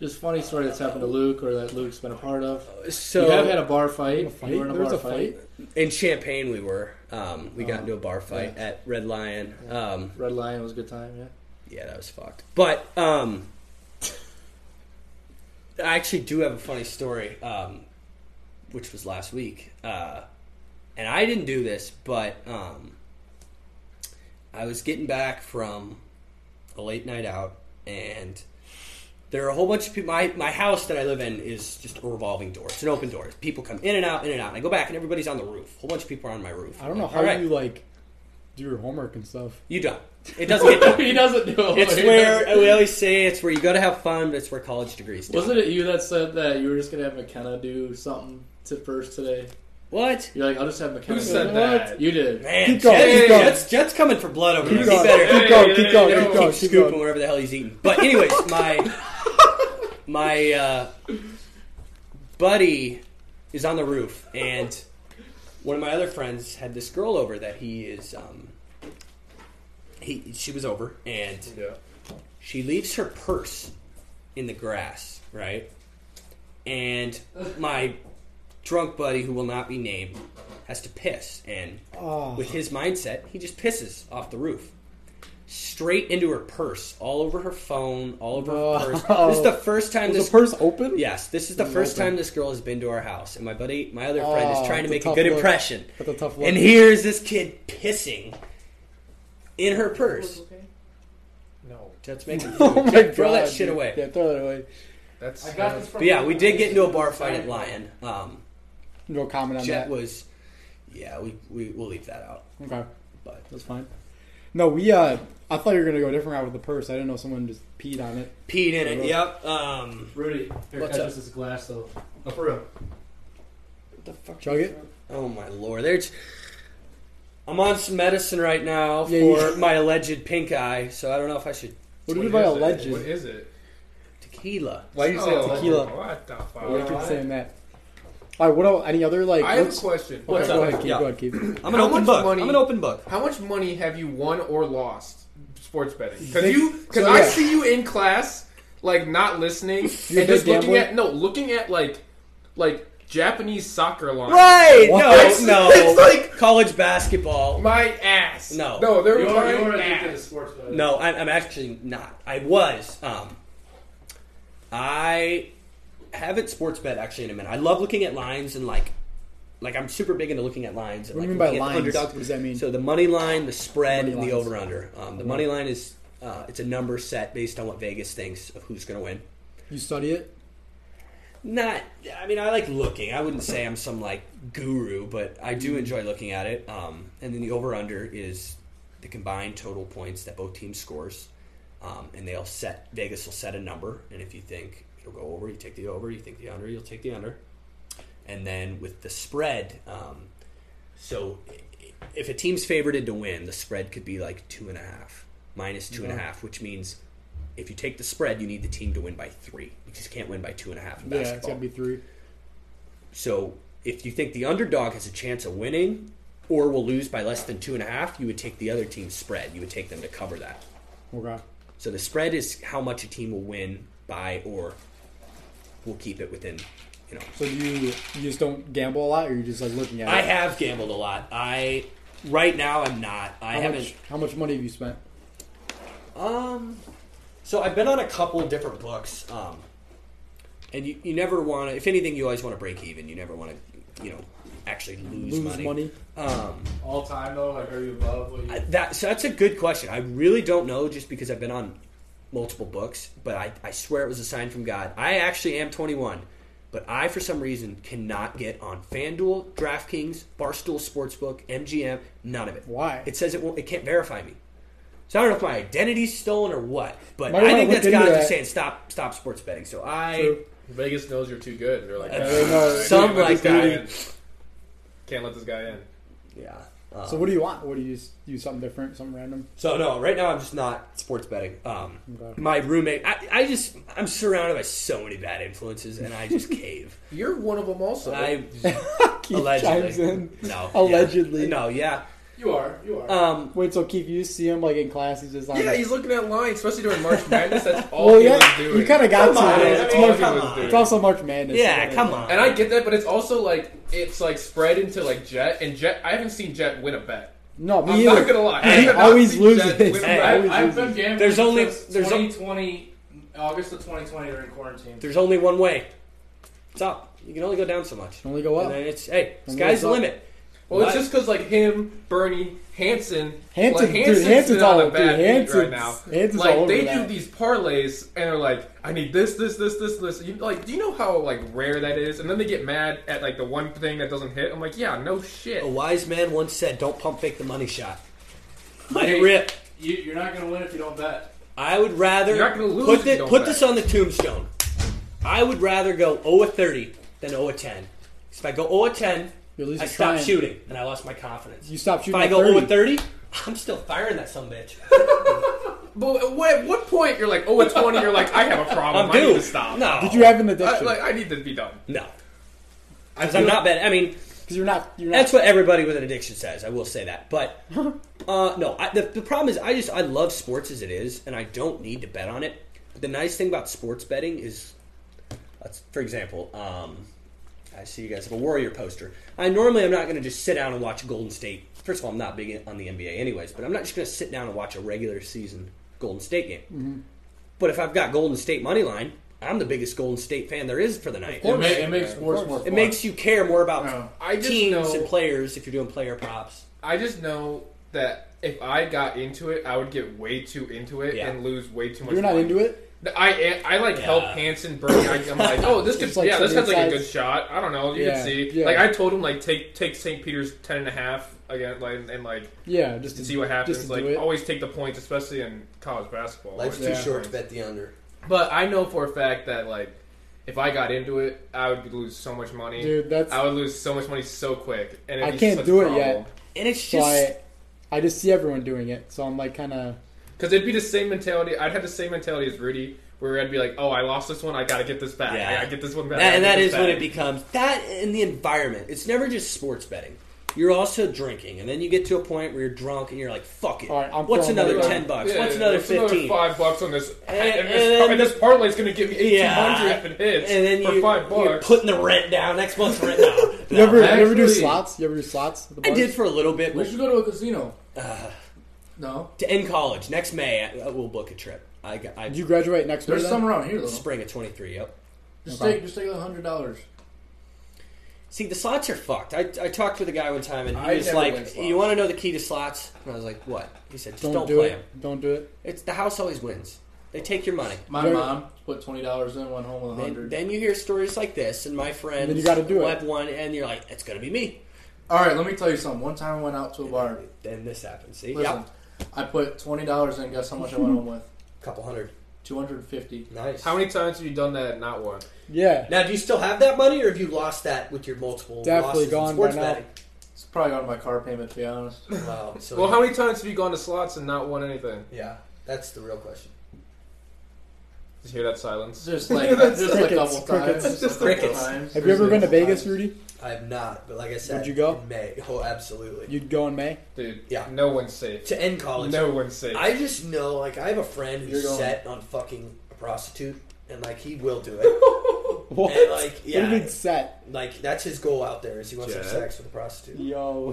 just funny story that's happened to Luke or that Luke's been a part of? So you have had a bar fight. A fight? You were in a There was bar a fight. fight? in Champagne, we were. Um, we Oh. got into a bar fight at Red Lion. Um, Red Lion was a good time, [LAUGHS] yeah. [LAUGHS] yeah, that was fucked. But um, I actually do have a funny story, um, which was last week. Uh, and I didn't do this, but um, I was getting back from a late night out, and there are a whole bunch of people. My, my house that I live in is just a revolving door. It's an open door. People come in and out, in and out. And I go back, and everybody's on the roof. A whole bunch of people are on my roof. I don't know Like, how all right, you like do your homework and stuff. You don't. It doesn't [LAUGHS] get done. he doesn't know. [LAUGHS] It's He where oh, doesn't- we always say it's where you go to have fun, but it's where college degrees. do. Wasn't it you that said that you were just gonna have McKenna do something to first today? What? You're like, I'll just have McKenna. Who do said it. that? You did. Man, Keep going, Jets, keep going. Jets- Jets coming for blood over Keep there. going, He better keep going, keep going, Hey, keep hey, going, keep scoop him going. wherever the hell he's eating. [LAUGHS] But anyways, my my uh, buddy is on the roof, and one of my other friends had this girl over that he is. Um, he she was over, and Yeah. she leaves her purse in the grass, right? And my drunk buddy, who will not be named, has to piss. And Oh. with his mindset, he just pisses off the roof. Straight into her purse, all over her phone, all over her No. purse. This is the first time Oh. Was this the purse open? Yes, this is the first time this girl has been to our house, and my buddy, my other friend, is Oh, trying that's a to make a, tough good look. impression. That's a tough look. And here is this kid pissing in her purse. No. Jets making [LAUGHS] [LAUGHS] Oh my god! throw that shit dude. away. Yeah, throw that away. That's I got this from. But yeah, we did get into a bar fight at Lion. Um, No comment on Jet that. was, yeah, we, we we'll leave that out. Okay, But that's fine. No, we. uh I thought you were gonna go a different route with the purse. I didn't know someone just peed on it. Pete in it. Yep. Um, Rudy, here, What's catch up? us this glass though. For real. what the fuck? Chug it? Oh my lord! There's. I'm on some medicine right now Yeah, for you- my alleged pink eye, so I don't know if I should What do you mean by a is it? What legend? is it? tequila. Why do you say Oh, alleged? tequila. What the fuck? I keep saying that. All right. What else? Any other like? I have a let's- question. Okay, What's go up? ahead, Keith. Yeah. Go ahead, Keith. I'm an How open much book. money- I'm an open book. How much money have you won or lost sports betting? Because Big- you, because so, I yeah. see you in class, like not listening You're a and just big looking gambler? at no, looking at like, like Japanese soccer line. Right? What? No, It's- no. [LAUGHS] it's like- college basketball. My ass. No. no, they're You're, my you're addicted to ass. sports betting. No, I'm, I'm actually not. I was. Um, I haven't sports bet actually in a minute. I love looking at lines and like, like I'm super big into looking at lines. And, What do you like, mean by looking at lines? underdogs. What does that mean? So the money line, the spread, Money and the lines. over under. Um, the money line is uh, it's a number set based on what Vegas thinks of who's going to win. You study it? Not. I mean, I like looking. I wouldn't say I'm some like guru, but I Mm. do enjoy looking at it. Um, and then the over under is the combined total points that both teams scores, um, and they'll set Vegas will set a number, and if you think it'll go over, you take the over. You think the under, you'll take the under. And then with the spread, um, so if a team's favored to win, the spread could be like two and a half, minus two and a half, which means if you take the spread, you need the team to win by three. You just can't win by two and a half in Yeah, it's basketball. gotta be three. So if you think the underdog has a chance of winning or will lose by less than two and a half, you would take the other team's spread. You would take them to cover that. Okay. So the spread is how much a team will win by or will keep it within, you know. So do you you just don't gamble a lot, or you just like looking at I it? have gambled a lot. I right now I'm not. I How haven't much, how much money have you spent? Um, so I've been on a couple of different books. Um, and you, you never want to. If anything, you always want to break even. You never want to, you know, actually lose, Lose money. money? Um, All time though, like are you above what you? I- that so that's a good question. I really don't know, just because I've been on multiple books. But I, I swear it was a sign from God. I actually am 21, but I for some reason cannot get on FanDuel, DraftKings, Barstool Sportsbook, MGM, none of it. Why? It says it won't. It can't verify me. So I don't know if my identity's stolen or what, but Might I wanna think look that's into God just that. saying stop, stop sports betting. So I, True. Vegas knows you're too good. They're like, Uh, "Ah, they know. can't Some let this like guy that. in. Can't let this guy in. yeah. Uh, So what do you want? What do you use? Something different? Something [LAUGHS] random? So no, right now I'm just not sports betting. Um, Okay. My roommate, I, I just I'm surrounded by so many bad influences, and I [LAUGHS] just cave. You're one of them, also. I Keith chimes allegedly in. no yeah. Allegedly. no yeah. You are. You are. Um, Wait, so Keith, you see him like in class? He's just like, yeah, he's looking at lines, especially during March Madness. That's all well, he yeah, was doing. you kind of got Come to. on, though. I It's, mean, March- come March- on. it's also March Madness. yeah, so- come on. And I get that, but it's also like it's like spread into like Jet and Jet. I haven't seen Jet win a bet. No, me I'm either. not gonna lie. I He have not always seen Jet win a loses. bet. Hey, always I've loses. been gambling. There's only- since there's only- 2020 August of 2020 during quarantine. There's only one way. It's up. You can only go down so much. Only go up. And then it's hey, Only sky's the up. limit. Well, it's What? just because like him, Bernie, Hanson, Hanson- like, dude, Hanson's Hanson's been all- on a bad dude, beat Hanson's- right now. Hanson's like all over they do that. these parlays and are like, I need this, this, this, this, this. You, like, do you know how like rare that is? And then they get mad at like the one thing that doesn't hit. I'm like, yeah, no shit. Oh. A wise man once said, "Don't pump fake the money shot. Let Hey. it rip." You, you're not going to win if you don't bet. I would rather You're not gonna lose put, if you thi- don't put bet. this on the tombstone. I would rather go 0 of 30 than 0 of 10. 'Cause if I go 0 of 10, You're at least I stop trying. shooting and I lost my confidence. You stop if shooting. I at go 0 of 30. 30, I'm still firing that some [LAUGHS] bitch. But at what, at what point you're like, oh, it's twenty. You're like, I have a [LAUGHS] problem. I'm I need to due. stop. No, Did you have an I, addiction? like, I need to be done. no? Because I'm not bad. I mean, Because you're not. You're not. that's what everybody with an addiction says. I will say that, but uh, no. I, the, the problem is, I just I love sports as it is, and I don't need to bet on it. But the nice thing about sports betting is, let's, for example, um, I see you guys have a Warrior poster. I normally I'm not going to just sit down and watch Golden State. First of all, I'm not big on the NBA, anyways. But I'm not just going to sit down and watch a regular season Golden State game. But if I've got Golden State money line, I'm the biggest Golden State fan there is for the night. It, ma- it makes sports more fun. It makes you care more about Oh. No. I just teams know- and players if you're doing player props. I just know that if I got into it, I would get way too into it Yeah. and lose way too much. You're not money. into it. I I like Yeah. help Hanson burn. I, I'm like, [LAUGHS] oh, this could It's like yeah, this some has like a inside- good shot. I don't know. You Yeah, can see. yeah. Like I told him like take take St. Peter's ten and a half again, like and, and like Yeah, just to see what happens. Just to Like do it. always take the points, especially in college basketball. Life's Yeah. Always too take short to points. bet the under. But I know for a fact that like if I got into it, I would lose so much money. dude, that's I would lose so much money so quick, and it'd I be can't such do a it yet. problem. And it's so just I, I just see everyone doing it, so I'm like kind of Because it'd be the same mentality. I'd have the same mentality as Rudy, where I'd be like, "Oh, I lost this one. I gotta get this back. Yeah. I gotta get this one back." That, and that is what when it becomes that in the environment. It's never just sports betting. You're also drinking, and then you get to a point where you're drunk, and you're like, "Fuck it! All right, I'm What's throwing another money ten down. bucks? What's another what's another fifteen? five bucks on this? And, And- this, and and this parlay's gonna give me eighteen hundred Yeah. if it hits. And then for you, five you're bucks. putting the rent down next month's rent down. [LAUGHS] You ever, No. you ever do actually- slots? You ever do slots? At the I bars? did for a little bit We but should go to a [SIGHS] casino. no, to end college. Next May, I, I will book a trip. I got I, Did you graduate next there's year? some around here though. spring of twenty three. Yep. Just Okay. take just take a hundred dollars. See, the slots are fucked. I, I talked with a guy one time, and he I was never win like, slots. "You want to know the key to slots?" And I was like, "What?" He said, "Just Don't, don't, do it. play them. Don't do it. It's the house always wins. They take your money." My Very- mom put twenty dollars in, went home with a Then, hundred. then you hear stories like this, and my friends Then you gotta do it. went one, and you're like, "It's gonna be me." All right, let me tell you something. One time I went out to a bar. Then this happens. See, Listen, yep, I put twenty dollars in. Guess how much I went home with? couple hundred. Two hundred and fifty. Nice. How many times have you done that? and Not one. Yeah. Now, do you still have that money, or have you lost that with your multiple Definitely losses in gone sports by now. [LAUGHS] betting? It's probably on my car payment to be honest. Wow. So Well, how many times have you gone to slots and not won anything? Yeah, that's the real question. Did you hear that [LAUGHS] silence? Just like just like a Crickets, couple times. crickets. Just a couple Crickets. times. Have you ever been to Crickets. Vegas, Rudy? I have not, but like I said, Would you go? in May? Oh, absolutely. You'd go in [LAUGHS] May. Dude, Yeah. no one's safe. to end college, No one's safe. I just know, like, I have a friend You're who's going. set on fucking a prostitute, and like, he will [LAUGHS] do it. and What like, a yeah, big set. like that's his goal out there is he wants to have Jet. sex with a [LAUGHS] prostitute. Yo.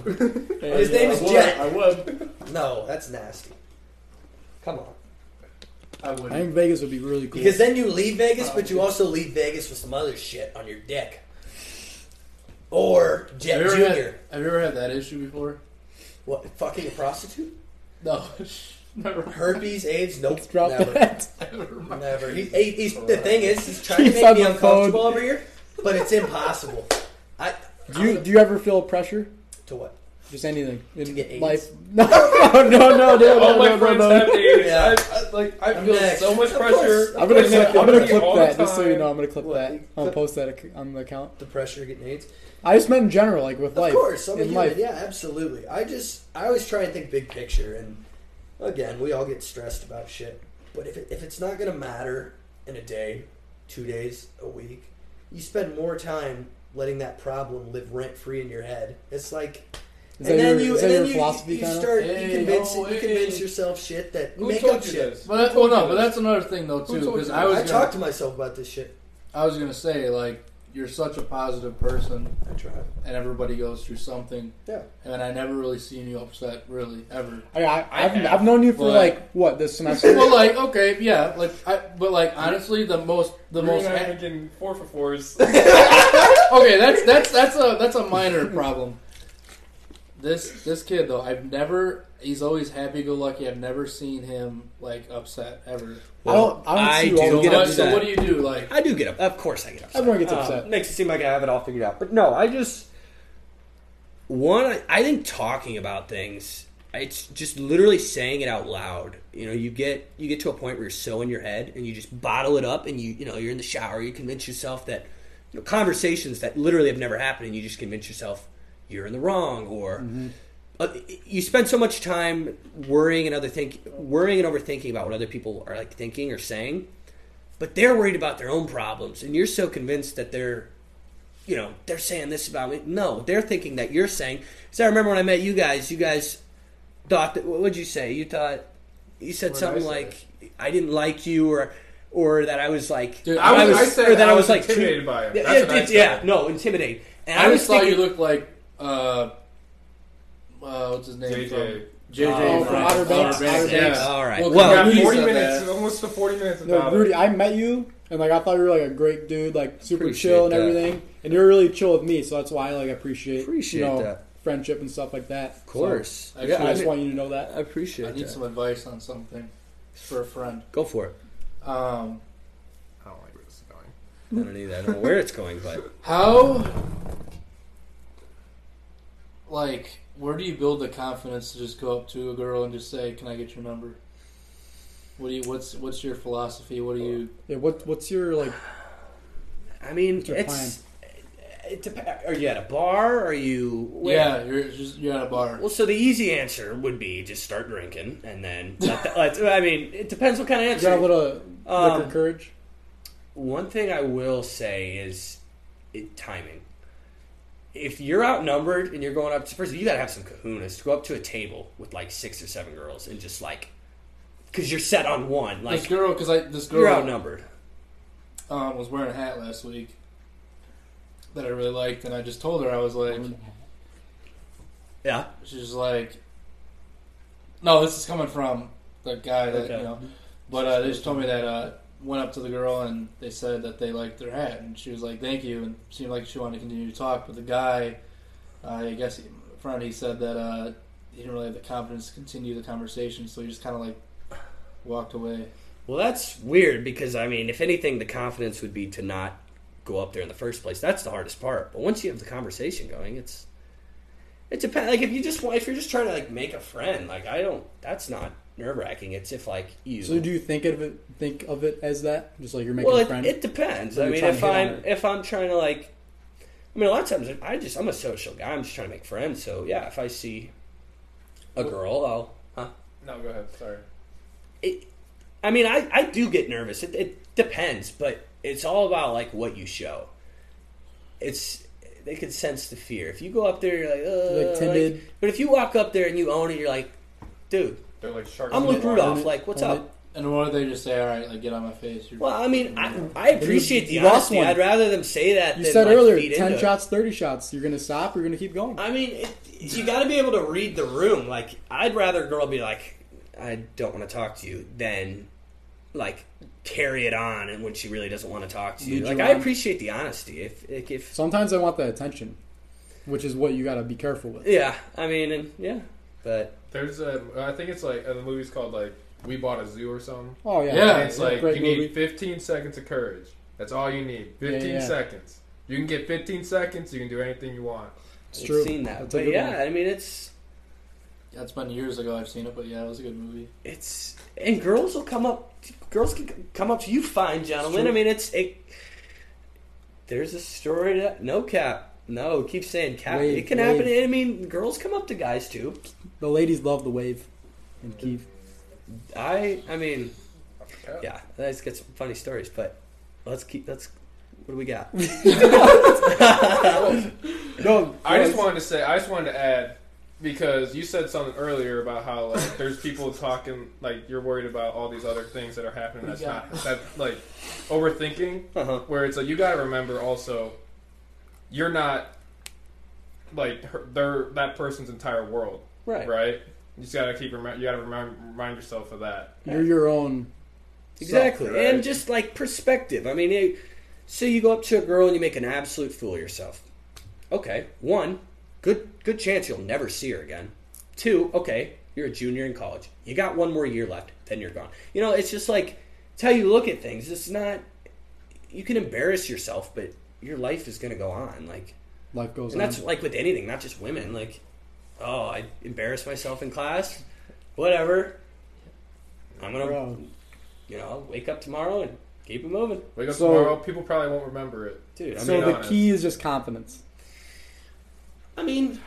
His name is I would, Jet. I would. No, that's nasty. Come on. I would. I think Vegas would be really cool. Because then you leave Vegas, but Oh, you also leave Vegas with some other shit on your dick. Or Jet have, you ever had, Junior. have you ever had that issue before? What? Fucking a prostitute? No, [LAUGHS] never. mind. Herpes, AIDS? Nope. Let's drop Never. that. Never. [LAUGHS] He, he- he's, the thing is, he's trying He's to make on me the uncomfortable phone. over here, but it's impossible. I Do you do you ever feel pressure? to what? Just anything in To get AIDS? life? [LAUGHS] No, no, no, no, no, All my no, no, friends no. have AIDS. Yeah. I, I, like, I feel Next. so much Of course. pressure. [LAUGHS] I'm gonna And clip, then I'm gonna fucking all clip the that just so you time. know. I'm gonna clip What? that. I'll post that ac- on the account. The pressure of getting AIDS? I just meant in general, like with life. Of course, I'm a in human. life. Yeah, absolutely. I just I always try and think big picture, and again, we all get stressed about shit. But if it, if it's not gonna matter in a day, two days, a week, you spend more time letting that problem live rent free in your head. It's like. Is and that then your- you, is and that then your you, philosophy, you kinda? start Hey, you convince oh, you hey. convince yourself shit that Who make told up you shit. this? But that, Who well, told no, you but this? that's another thing though too, Who told because you I that? was I gonna, talk to myself about this shit. I was gonna say like you're such a positive person, I try. and everybody goes through something, Yeah. and I never really seen you upset really ever. I, I, I I've, have, I've known you for but- like what this [LAUGHS] semester. well, like okay, yeah, like I, but like honestly, the most, the We're most. not making four for fours. okay, that's that's that's a that's a minor problem. This this kid though, I've never. He's always happy-go-lucky. I've never seen him like upset ever. I don't. I don't I see you do all the get time. But, upset. so what do you do? Like, I do get up. Of course, I get upset. Everyone gets upset. Um, makes it seem like I have it all figured out, but no, I just one. I, I think talking about things, it's just literally saying it out loud. You know, you get you get to a point where you're so in your head, and you just bottle it up, and you you know you're in the shower, you convince yourself that you know, conversations that literally have never happened, and you just convince yourself you're in the wrong or. Uh, you spend so much time worrying and other think worrying and overthinking about what other people are like thinking or saying but they're worried about their own problems and you're so convinced that they're you know they're saying this about me no they're thinking that you're saying because i remember when i met you guys you guys thought that what would you say you thought you said What did I something say? like i didn't like you or or that i was like Dude, I or was- I said or that I i was was like too- intimidated by him. Yeah, That's what I yeah, yeah, said. no intimidate and I, i, was just thought thinking you looked like uh, uh what's his name? JJ. From, JJ Oh, from Outer Banks, Outer Banks. Yeah. all right Well, well, We got Rudy forty said minutes, that. almost to forty minutes. No, about it. Rudy, I met you and like I thought you were like a great dude, like super chill and Appreciate that. everything. And you're really chill with me, so that's why I like appreciate Appreciate you know, that. friendship and stuff like that. Of course So, Yeah, I just I, want you to know that. appreciate I need that some advice on something for a friend. go for it Um, I don't like where this is going. I don't either. I don't know where it's going, but How, like, where do you build the confidence to just go up to a girl and just say, "Can I get your number?" What do you? What's what's your philosophy? What do you? Yeah, what what's your like? I mean, your it's. It dep- are you at a bar? Are you? where- Yeah, you're just you're at a bar. Well, so the easy answer would be just start drinking and then. [LAUGHS] Let the, let- I mean, it depends what kind of You answer. got a little Um, liquor courage. One thing I will say is it, timing. If you're outnumbered and you're going up to first, you got to have some kahunas to go up to a table with like six or seven girls and just like, because you're set on one, This like girl, because I this you're girl outnumbered. um, was wearing a hat last week that I really liked, and I just told her I was like, Mm-hmm. Yeah, she's like, no, this is coming from the guy that Okay. you know. But uh, they just told me that uh, went up to the girl and they said that they liked their hat, and she was like, "Thank you," and seemed like she wanted to continue to talk. But the guy, uh, I guess, he, friend, he said that uh, he didn't really have the confidence to continue the conversation, so he just kind of like walked away. Well, that's weird because I mean, if anything, the confidence would be to not go up there in the first place. That's the hardest part. But once you have the conversation going, it's it depends. Like if you just want, if you're just trying to like make a friend, like I don't. That's not nerve wracking. It's if like you. So do you think of it think of it as that? Just like you're making well, a it, friend. it depends. Or I you're mean, trying if to hit on I'm her. if I'm trying to like, I mean, a lot of times I just I'm a social guy. I'm just trying to make friends. So yeah, if I see a girl, I'll. Huh? No, go ahead. Sorry. it, I mean, I, I do get nervous. It, it depends, but it's all about like what you show. It's they can sense the fear. If you go up there, you're like, uh, Like timid. but if you walk up there and you own it, you're like, dude, They're like sharks. I'm in the Luke water. Rudolph. Like, what's Own up? And what did they just say? All right, like get on my face. You're, Well, I mean, I, I appreciate the you lost honesty. one. I'd rather them say that. You than, said like, earlier, feed ten into it. shots, thirty shots. You're gonna stop. You're gonna keep going. I mean, it, you got to be able to read the room. Like, I'd rather a girl be like, "I don't want to talk to you," than like carry it on and when she really doesn't want to talk to you. Lead you like, I on. appreciate the honesty. If if, if Sometimes I want the attention, which is what you got to be careful with. yeah, I mean, and yeah, but There's a. I think it's like uh, the movie's called like We Bought a Zoo or something. Oh yeah, Yeah, And it's like great you movie. need 15 seconds of courage. That's all you need. 15 yeah. seconds. You can get 15 seconds. You can do anything you want. it's we've true. seen that. That's a but good yeah, one. I mean, it's that's been years ago. I've seen it, but yeah, it was a good movie. it's and girls will come up. Girls can c- come up to you, fine gentlemen. I mean, it's it. There's a story that no cap. No, keep saying cap. Wave, it can wave. happen. I mean, girls come up to guys too. The ladies love the wave, and Keith. I I mean, yeah, let's get some funny stories, but let's keep let's. What do we [LAUGHS] got? No, I just wanted to say. I just wanted to add because you said something earlier about how like there's people talking like you're worried about all these other things that are happening. That's Yeah. not that like overthinking. Uh-huh. Where it's like you got to remember also, you're not like her, they're that person's entire world. Right. Right. You just gotta keep remi- you gotta remind, remind yourself of that. You're your own. Exactly, Right. and just like perspective. I mean, it, so you go up to a girl and you make an absolute fool of yourself. Okay, one, good good chance you'll never see her again. Two, okay, you're a junior in college. You got one more year left, then you're gone. You know, it's just like it's how you look at things. It's not you can embarrass yourself, but your life is going to go on. Like Life goes And on. that's like with anything, not just women. Like, oh, I embarrassed myself in class. Whatever. I'm gonna, Bro. you know, wake up tomorrow and keep it moving, Wake up So- tomorrow, people probably won't remember it. dude. I so mean, being the honest. key is just confidence, I mean,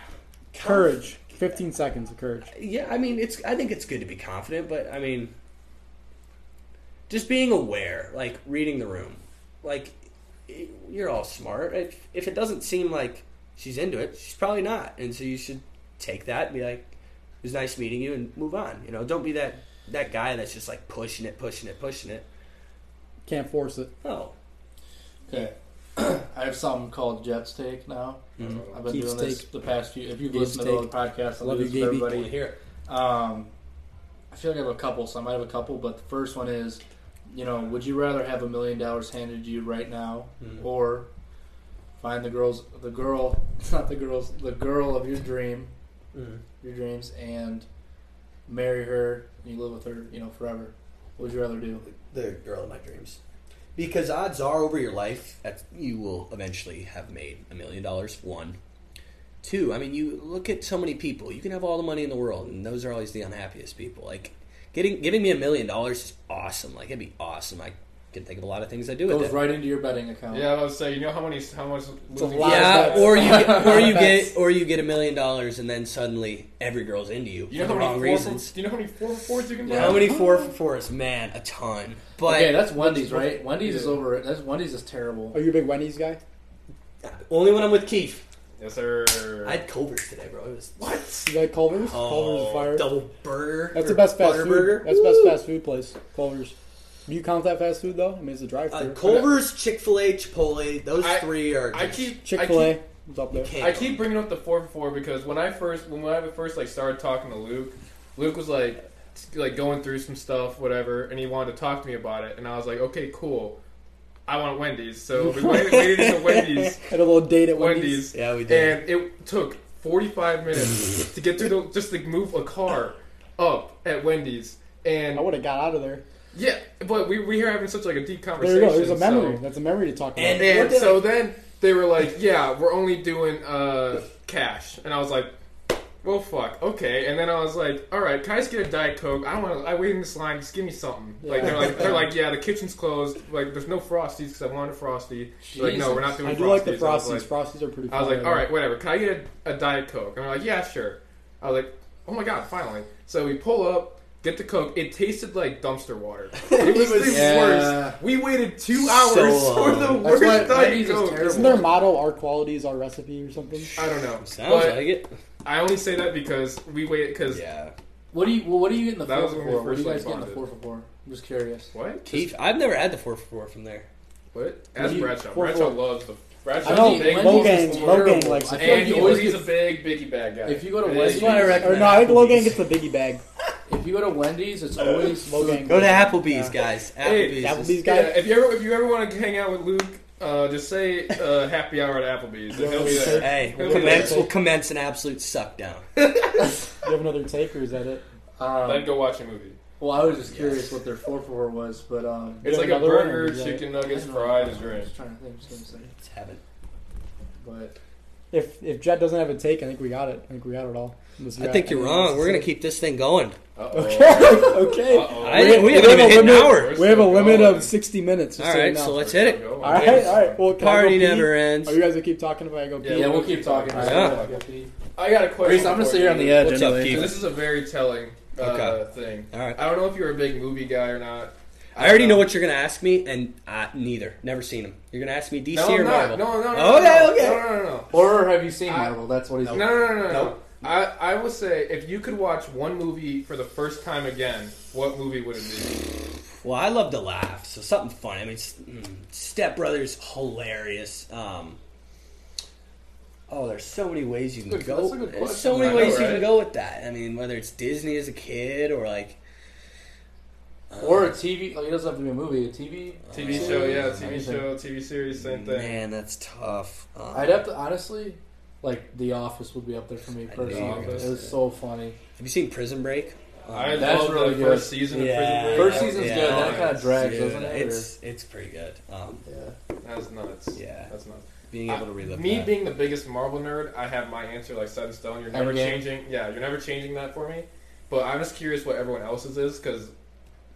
courage. Fifteen seconds of courage. yeah. I mean, it's. I think it's good to be confident, but I mean, just being aware, like reading the room, like it- you're all smart. If if it doesn't seem like she's into it, she's probably not, and so you should take that and be like, "It was nice meeting you," and move on. You know, don't be that that guy that's just like pushing it, pushing it, pushing it. Can't force it. Oh, Okay, [CLEARS THROAT] I have something called Jets Take now. I've been Keith's doing this Take. the past few. If you've Keith's listened to all the Take. podcasts, Love I love you, this Gaby. with I everybody. hear it. Um, I feel like I have a couple, so I might have a couple. But the first one is, you know, would you rather have a million dollars handed to you right now, or find the girls, the girl, [LAUGHS] not the girls, the girl of your dream, your dreams, and marry her and you live with her, you know, forever? What would you rather do? the girl of my dreams. Because odds are over your life that you will eventually have made a million dollars. One. Two, I mean, you look at so many people. You can have all the money in the world, and those are always the unhappiest people. Like, getting giving me a million dollars is awesome. Like, it'd be awesome. I can think of a lot of things I do with Goes it. right into your betting account. Yeah, I was saying, you know how many, how much losing lot. Yeah, That's- or [LAUGHS] you get, or you That's- get or you get a million dollars, and then suddenly every girl's into you You know for the how wrong many four for, reasons. do you know how many four for fours you can buy? How many four for fours? Man, a ton. But okay, that's Wendy's, right? Wendy's is Yeah. over. That's Wendy's is terrible. Are you a big Wendy's guy? only when I'm with Keith. Yes, sir. I had Culver's today, bro. It was what? You like Culver's? Oh, Culver's is fire. Oh, Double burger. That's or the best fast butter food. burger. That's the best fast food place. Culver's. Do you count that fast food though? I mean, it's a Uh, drive-through. Culver's, Chick Fil A, Chipotle. Those I- three are. I just- keep Chick I Fil keep- A is up there. can't I go. keep bringing up the four for four because when I first when I first like started talking to Luke, Luke was like like going through some stuff, whatever, and he wanted to talk to me about it, and I was like, okay, cool. I want Wendy's, so [LAUGHS] we waited, waited at Wendy's, Had a little date [LAUGHS] at Wendy's. Wendy's, Yeah, we did. and it took forty five minutes to get through the just to move a car up at Wendy's, and I would have got out of there. yeah, but we we were having such like a deep There conversation. you go. There's a memory. so- That's a memory to talk about. And- and What the- so then they were like, "Yeah, we're only doing uh, cash," and I was like, "Well, fuck, okay." And then I was like, "All right, can I just get a diet coke? I don't want. to. I waited in this line. Just give me something." Like they're [LAUGHS] like, "They're like, yeah, the kitchen's closed. Like, there's no frosties because I wanted a frosty." They're Like, no, we're not doing. I do frosties. like the And I was Frosties. like- Frosties are pretty. I was fire, like, though. all right, whatever. Can I get a, a Diet Coke? And they're like, yeah, sure. I was like, oh my god, finally. So we pull up, get the Coke. It tasted like [LAUGHS] dumpster water. It was the Yeah. worst. We waited two hours [LAUGHS] So for the long. That's why worst Diet Wendy's is Coke. terrible. Isn't their motto "Our quality is our recipe" or something? I don't know. Sounds but like it. I only say that because we waited. Because Yeah. What do you? Well, what do you get in the That four was for when we four? What do first, you guys like, get in the bonded. four for four? I'm just curious. what? Keith, I've never had the four for four from there. What? Ask You- Bradshaw. four- Bradshaw four. loves the. I Bradshaw's know, a big. Logan- Wendy's is Logan terrible. likes I it. feel like and you he always always he's get- a big biggie bag guy. If you go to And Wendy's- he's- That's why I Or no, I think Logan gets the biggie bag. If you go to Wendy's, it's always Uh, Logan. Go to Applebee's, guys. Applebee's. Hey, is- Applebee's guy. Yeah, if you ever if you ever want to hang out with Luke, uh, just say uh, happy hour at Applebee's. And he'll be there. Hey, we'll Who commence, is it? we'll commence an absolute suck down. [LAUGHS] Do you have another take, or is that it? Then Um, go watch a movie. well, I was just curious what their four for four was, but um, It's Yeah, like a another one, burger, yeah. chicken I don't nuggets, know. fries, and I'm drink. just trying to think. I'm just gonna say, Let's have it. but If if Jet doesn't have a take, I think we got it. I think we got it all. Unless you I got think you're anything else wrong. We're say. going to keep this thing going. Uh-oh. [LAUGHS] okay. Uh-oh. I didn't- we We're haven't gonna even hit an limit- hour. We're We have a still limit going. of 60 minutes. just All so you right, know. so let's We're hit still it. going. All right, all right. Well, can I go Party pee? never ends. Are you guys gonna keep talking if I go pee? Yeah, yeah, we'll we'll keep keep talking. talking. Yeah. I got a question. Reese, I'm gonna for sit you. here on the edge. What's up, anyway. So Keith? This is a very telling uh, Okay. thing. All right. I don't know if you're a big movie guy or not. I already know what you're going to ask me, and uh, neither. Never seen them. You're going to ask me DC No, I'm or not. Marvel. No, no, no, no. Okay, no. okay. No, no, no, no. Or have you seen I- Marvel? That's what he's. No, no, no, no, no. Nope. I, I will say, if you could watch one movie for the first time again, what movie would it be? Well, I love to laugh, so something funny. I mean, s- mm, Step Brothers hilarious. Um, oh, there's so many ways you can That's a- go. that's a good there's question. so many I know, ways you right? can go with that. I mean, whether it's Disney as a kid or like Or a TV. Like, it doesn't have to be a movie. A TV. TV show, yeah, TV Anything. show, TV series, same thing. man, that's tough. Um, I'd have to honestly, like The Office would be up there for me know personally. you were It gonna was so funny. have you seen Prison Break? Um, I That's love really the good. first season of yeah, Prison Break. First season's yeah, good, then it kinda drags, dude, doesn't it, or- It's it's pretty good. Um, Yeah. That's nuts. Yeah. That's nuts. being able to relive [LAUGHS] Me that. being the biggest Marvel nerd, I have my answer like set in stone. You're never Endgame. changing. Yeah, you're never changing that for me. But I'm just curious what everyone else's is because,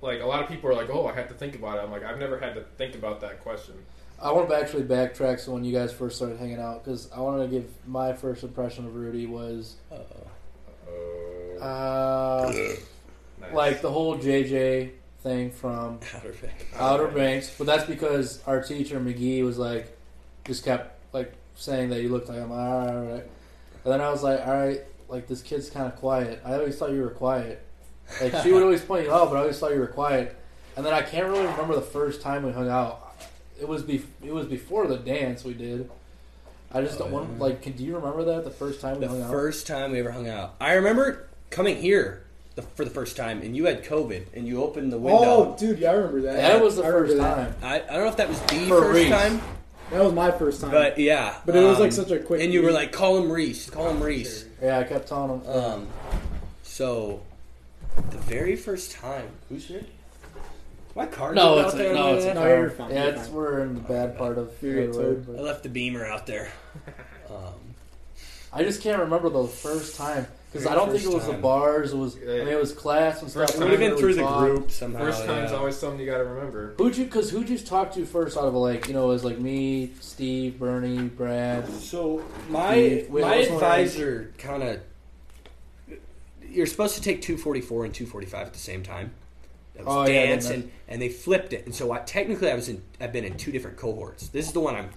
like, a lot of people are like, "Oh, I had to think about it." I'm like, I've never had to think about that question. I want to actually backtrack so when you guys first started hanging out because I wanted to give my first impression of Rudy was Uh-oh. Oh, uh, nice. like the whole JJ thing from Outer Banks. Outer Banks, but that's because our teacher McGee was like, just kept like saying that you looked like I'm like, all right, all right. and then I was like, all right, like this kid's kind of quiet. I always thought you were quiet. Like she would always point you out, but I always thought you were quiet. And then I can't really remember the first time we hung out. It was be it was before the dance we did. I just Oh, don't want like. Can, do you remember that the first time we The hung out? first time we ever hung out. I remember coming here the, for the first time, and you had COVID, and you opened the Oh, window. dude, yeah, I remember that. that was the I remember first that. time. I, I don't know if that was the For first Reese. time, That was my first time. but yeah. um, But it was, like, such a quick And you were meet. like, "Call him Reese, call him Reese." Yeah, I kept telling him. Um, so the very first time, who's here? My car. No, out it's there a, no, like it's a that? No, car. you're fine, Yeah, you're it's, fine. we're in the bad part of You're good, the road, too. I but- left the beamer out there. Um, I just can't remember the first time because Your I don't think first it was the time. bars. It was I Yeah. mean it was class and First stuff. time. We It didn't would have been through really the talk. group somehow. First Oh, time's yeah. always something you got to remember. Who'd you? Because who'd you talk to first out of like you know? It was like me, Steve, Bernie, Brad. So my Wait, my what's my advisor kind of you're supposed to take 244 and 245 at the same time. That was Oh, yeah, dance then and, and they flipped it. And so I, technically I was in I've been in two different cohorts. This is the one I'm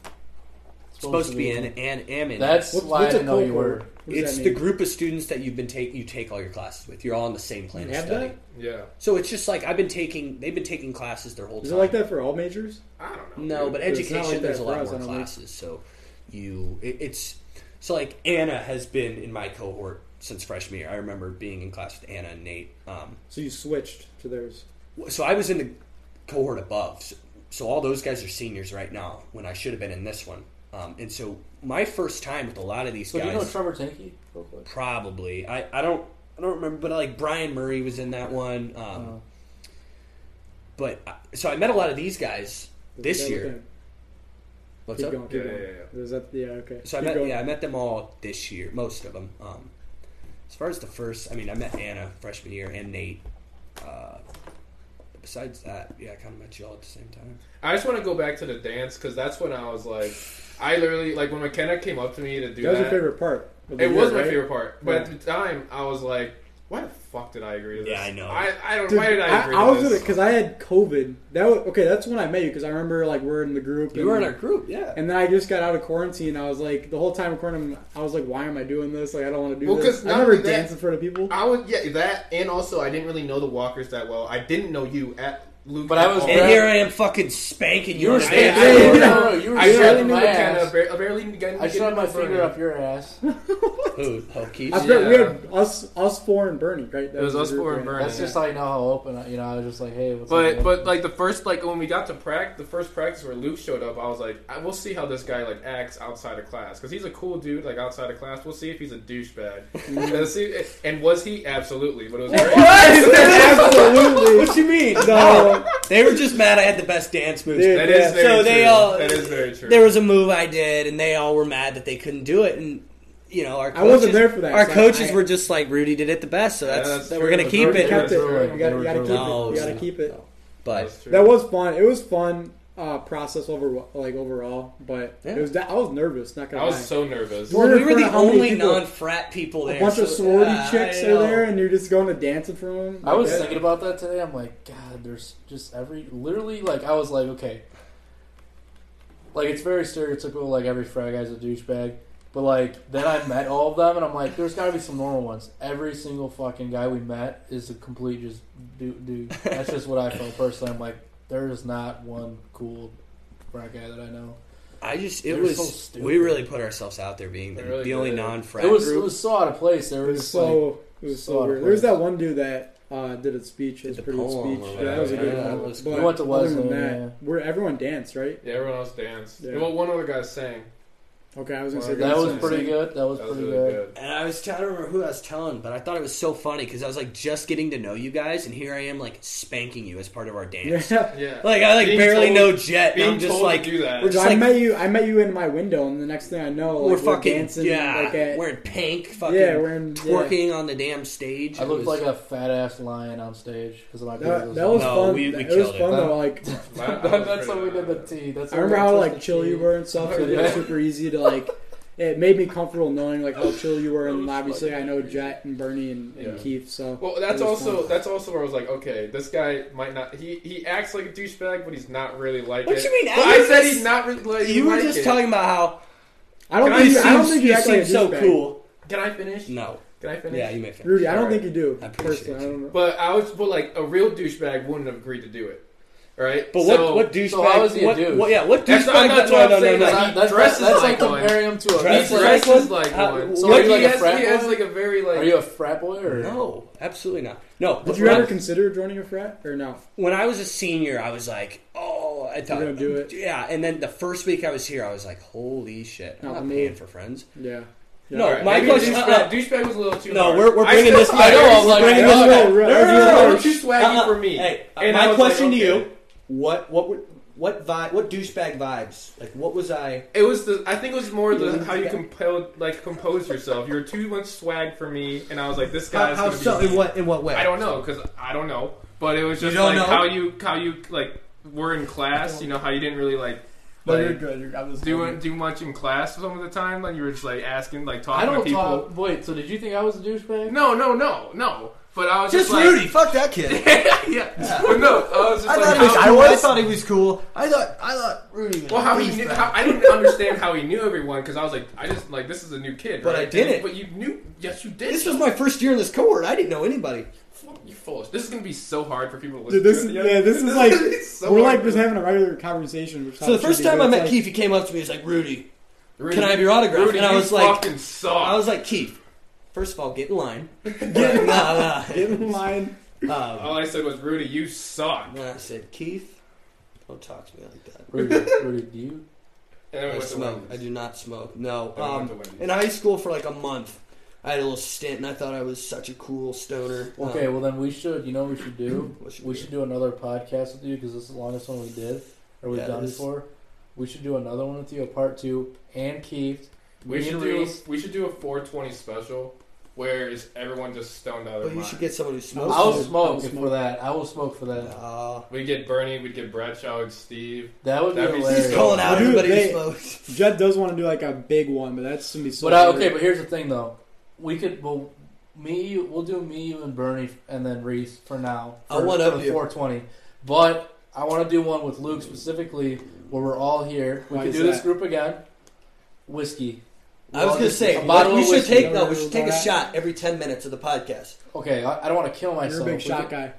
supposed, to be in and am in. That's What- why I what's a didn't know you cohort? were. What does it's that the mean? group of students that you've been take you take all your classes with. You're all on the same plan You of have study. that? Yeah. So it's just like I've been taking they've been taking classes their whole Is it time. like that for all majors? I don't know. No, dude. but It's not education, like that there's a for lot us, I more don't think. classes. So you, it, it's so like Anna has been in my cohort since freshman year. I remember being in class with Anna and Nate. Um, So you switched to theirs. so I was in the cohort above. So, so all those guys are seniors right now when I should have been in this one. Um, and so my first time with a lot of these So do guys, you know Trevor Tanky? Real quick. probably I, I don't I don't remember, but like Brian Murray was in that one. Um, Uh-huh. Oh. But I- so I met a lot of these guys this Is that year. okay? What's Keep up? going. Keep Yeah, going. yeah, yeah. Is that yeah? Okay. So I Keep met going. yeah I met them all this year, most of them. Um, as far as the first, I mean, I met Anna freshman year and Nate. Uh, but besides that, yeah, I kind of met you all at the same time. I just want to go back to the dance because that's when I was like, I literally like when McKenna came up to me to do That was that. your favorite part. of the It was year, my right? favorite part, but Yeah. at the time I was like, "Why the fuck did I agree to this?" Yeah, I know. I, I don't. Dude, why did I agree I, to was this? gonna because I had COVID. That was, okay. That's when I met you because I remember like we're in the group. You and- were in our group, yeah. And then I just got out of quarantine. I was like, the whole time in quarantine, I was like, why am I doing this? Like, I don't want to do Well, this. 'cause I not never only that- dance in front of people. I was yeah that, and also I didn't really know the Walkers that well. I didn't know you at Luke, But at I was all. and Brad- here I am fucking spanking you. You were on the Yeah, standing. I- there. yeah, No, no, yeah. you were I barely standing knew my McKenna. ass. bar- I barely knew. I shoved my finger up your ass. Who? Oh, Keith? I forgot we yeah. had us, us four and Bernie, right? That It was the us group, four and right? Bernie. That's just how you know how open. I, you know, I was just like, hey, what's up? But man? but like the first like when we got to practice, the first practice where Luke showed up, I was like, I, we'll see how this guy like acts outside of class because he's a cool dude like outside of class. We'll see if he's a douchebag. and, see, and was he absolutely? But it [LAUGHS] was great. Absolutely. What you mean? No. they were just mad I had the best dance moves. Dude. [LAUGHS] That is Yeah. very So true. they all- that is very true. There was a move I did, and they all were mad that they couldn't do it, and. You know, our I coaches, wasn't there for that, Our so I- coaches I- were just like Rudy did it the best, so Yeah, that's, that's that true. we're gonna That's keep very Bernie it. kept it. That's right. You gotta, you gotta keep No, it. You gotta no. keep it. But That was fun. It was fun uh, process over like overall, but Yeah. it was. that I was nervous. Not gonna I was lie. so nervous. Well, Well, we we were were the how many only people? non-frat people there. a bunch of so- sorority yeah, chicks I are know. there, and you're just going to dance in front of them. I was Like, thinking about that today. I'm like, God, there's just every literally like I was like, okay, like it's very stereotypical. Like every frat guy's a douchebag, but like then I met all of them, and I'm like, there's got to be some normal ones. Every single fucking guy we met is a complete just dude. dude. That's just what I felt personally. I'm like, there is not one cool frat guy that I know. I just it They're so was stupid. we really put ourselves out there being the, They really the only did. non-frat It was it group. was so out of place. They It were was just like, so. It was so out so of weird. place. There was that one dude that uh, did a speech. It was a Did pretty the good poem speech. or Yeah, that was a whatever. good Yeah, one. that was But cool. We went to other than Wesleyan, that, yeah. where everyone danced, right? Yeah, everyone else danced. Yeah. Well, one other guy sang. Okay, I was gonna say Well, that was same. pretty good. That was That was pretty really good. good. and I was trying to remember who I was telling, but I thought it was so funny because I was like just getting to know you guys, and here I am like spanking you as part of our [LAUGHS] dance. Yeah. Yeah. Like I like Being barely told- know Jet, and being I'm just told to like do that. We're, So just I like, met you. I met you in my window, and the next thing I know, like, we're fucking dancing. yeah, like, at, wearing pink, fucking yeah, wearing twerking on the damn stage. I It looked was- like a fat ass lion on stage because of my Yeah. That, that long. was No, fun. we- it we was killed it. fun That- though. Like Wow, [LAUGHS] that was That's pretty how we did good. the tea. That's I how we remember got how to like the chill you tea. were and stuff. So it was Yeah. super easy to like. It made me comfortable knowing like how chill you were, and obviously I know Jet and Bernie and, and Yeah. Keith. So Well, it that's was also fun. that's also where I was like, okay, this guy might not. He he acts like a douchebag, but he's not really like What it. you mean? But I I was said just- he's not really. Like, you were like just it. talking about how I don't Guys, think you you, I don't seem- think you, you act like a seem so douchebag. cool. Can I finish? No, Can I finish? yeah, you may finish. Rudy. I don't Alright. think you do. I appreciate personally, I you. don't know. But I was, but like a real douchebag wouldn't have agreed to do it, all right? But So- what what douchebag? so how is he a what, douche? what- yeah, what That's- douchebag? I'm not- no, what I'm no, no, saying no. is That's, He that's, dresses that's like like one. comparing him to a. He Dresses that's like- like- dresses like How- one. Uh, what So he, do you like a has, frat he has boy? like a very like. Are you a frat boy or No, absolutely not. No. Did but you when, ever consider joining a frat or no? when I was a senior, I was like, oh, I thought gonna do it? Yeah, and then the first week I was here, I was like, holy shit, I'm Not not me. paying for friends. Yeah. No, All right, my maybe question. Douchebag, uh, uh, douchebag was a little too. no, hard. we're, we're I bringing still- this. I know. I'm like, bringing I this know low, that. right? No, no, This no, low. no, no, Too swaggy Uh-uh. for me. Hey, uh, And I my was like, question to okay. you: What what were, what vibe? What douchebag vibes? Like what was I? It was the. I think it was more the how you compelled, like compose yourself. You were too much swag for me, and I was like, this How, guy's. how gonna be so? me. In what in what way? I don't know because I don't know. But it was just don't like know? how you how you like were in class. You know how you didn't really like. like, good. You're, I was do do much in class some of the time. Like you were just like asking, like I talking to don't people. talk. Wait, so did you think I was a douchebag? No, no, no, no. But I was just, Just like, [LAUGHS] Rudy. Fuck that kid. yeah. But no, I was just I like, thought he was. how- cool. I thought he was cool. I thought I thought Rudy. Was well, how he douchebag. knew, how, I didn't understand how he knew everyone because I was like, I just like this is a new kid. But right? I didn't. But you knew. Yes, you did. This was my first year in this cohort. I didn't know anybody. you foolish. This is gonna be so hard for people to listen Dude, this to. is, yeah, [LAUGHS] this is like so we're hard. like just having a regular conversation. Which is So how the it first should be, time but I it's met like- Keith, he came up to me. He's like, "Rudy, Rudy, can I have your autograph?" Rudy, and I you was like, fucking suck. "I was like, Keith, first of all, get in [LAUGHS] line." Get nah, Get [LAUGHS] in line. nah. Um, All I said was, Rudy, you suck. and then I said, "Keith, don't talk to me like that." Rudy, Rudy, do [LAUGHS] you? And then I went to smoke. I Wendy's. do not smoke. No. I went Um, to Wendy's. in high school for like a month, I had a little stint, and I thought I was such a cool stoner. Um, Okay, well then we should. You know what we should do? What should we we should do another podcast with you because this is the longest one we did or we've Yeah, done this- before. We should do another one with you, a part two, and Keith. We Me should and do Reese. we should do a 420 special where is everyone just stoned out but of their you mind. should get someone who I smokes. Uh, will should- I will smoke for smoke. that. I will smoke for that. Nah. We'd get Bernie, we'd get Bradshaw and Steve. That would be That'd be hilarious. so calling out Dude, everybody who they- smokes. Jed does want to do like a big one, but that's gonna be so. But I, hard. okay, but here's the thing though. We could well, me you we'll do me you and Bernie and then Reese for now. I for- one-up for the you. 420. But I want to do one with Luke specifically where we're all here. We Why could is do this that? group again. Whiskey. I was Well, gonna just say a bottle we of should whiskey. take no, Whatever we should take a that. shot every ten minutes of the podcast. Okay, I, I don't want to kill myself. you're a big We shot could- guy.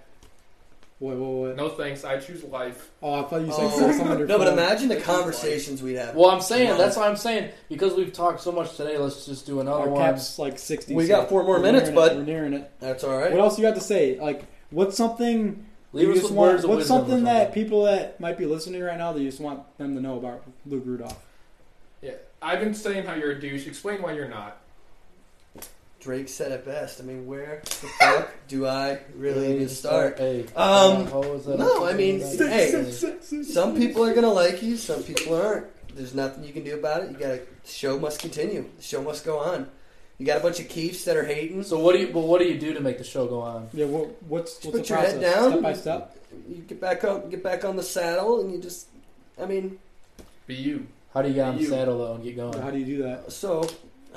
What? What? What? No thanks, I choose life. Oh, I thought you said Oh. something under No, but phone. imagine the conversations we'd have. Well, I'm saying that's what I'm saying because we've talked so much today. Let's just do another Our one. cap's like sixty. We so got four more we're minutes, nearing it, bud. We're nearing it. That's all right. What else you got to say? Like, what's something? Leave you us just with want- words of What's wisdom or something that people that might be listening right now that you just want them to know about Luke Rudolph? Yeah. I've been saying how you're a douche. Explain why you're not. Drake said it best. I mean, where the fuck do I really even start? Hey, Um, how was that? no, I mean, hey, Some Some people are gonna like you, some people aren't. There's nothing you can do about it. You gotta the show must continue. The show must go on. You got a bunch of keefs that are hating. So what do you? But what do you do to make the show go on? Yeah. What, what's what's Put the your process? head down. Step by step. You get back up, get back on the saddle, and you just, I mean, Be you. How do you get on the You. saddle though and get going? How do you do that? so,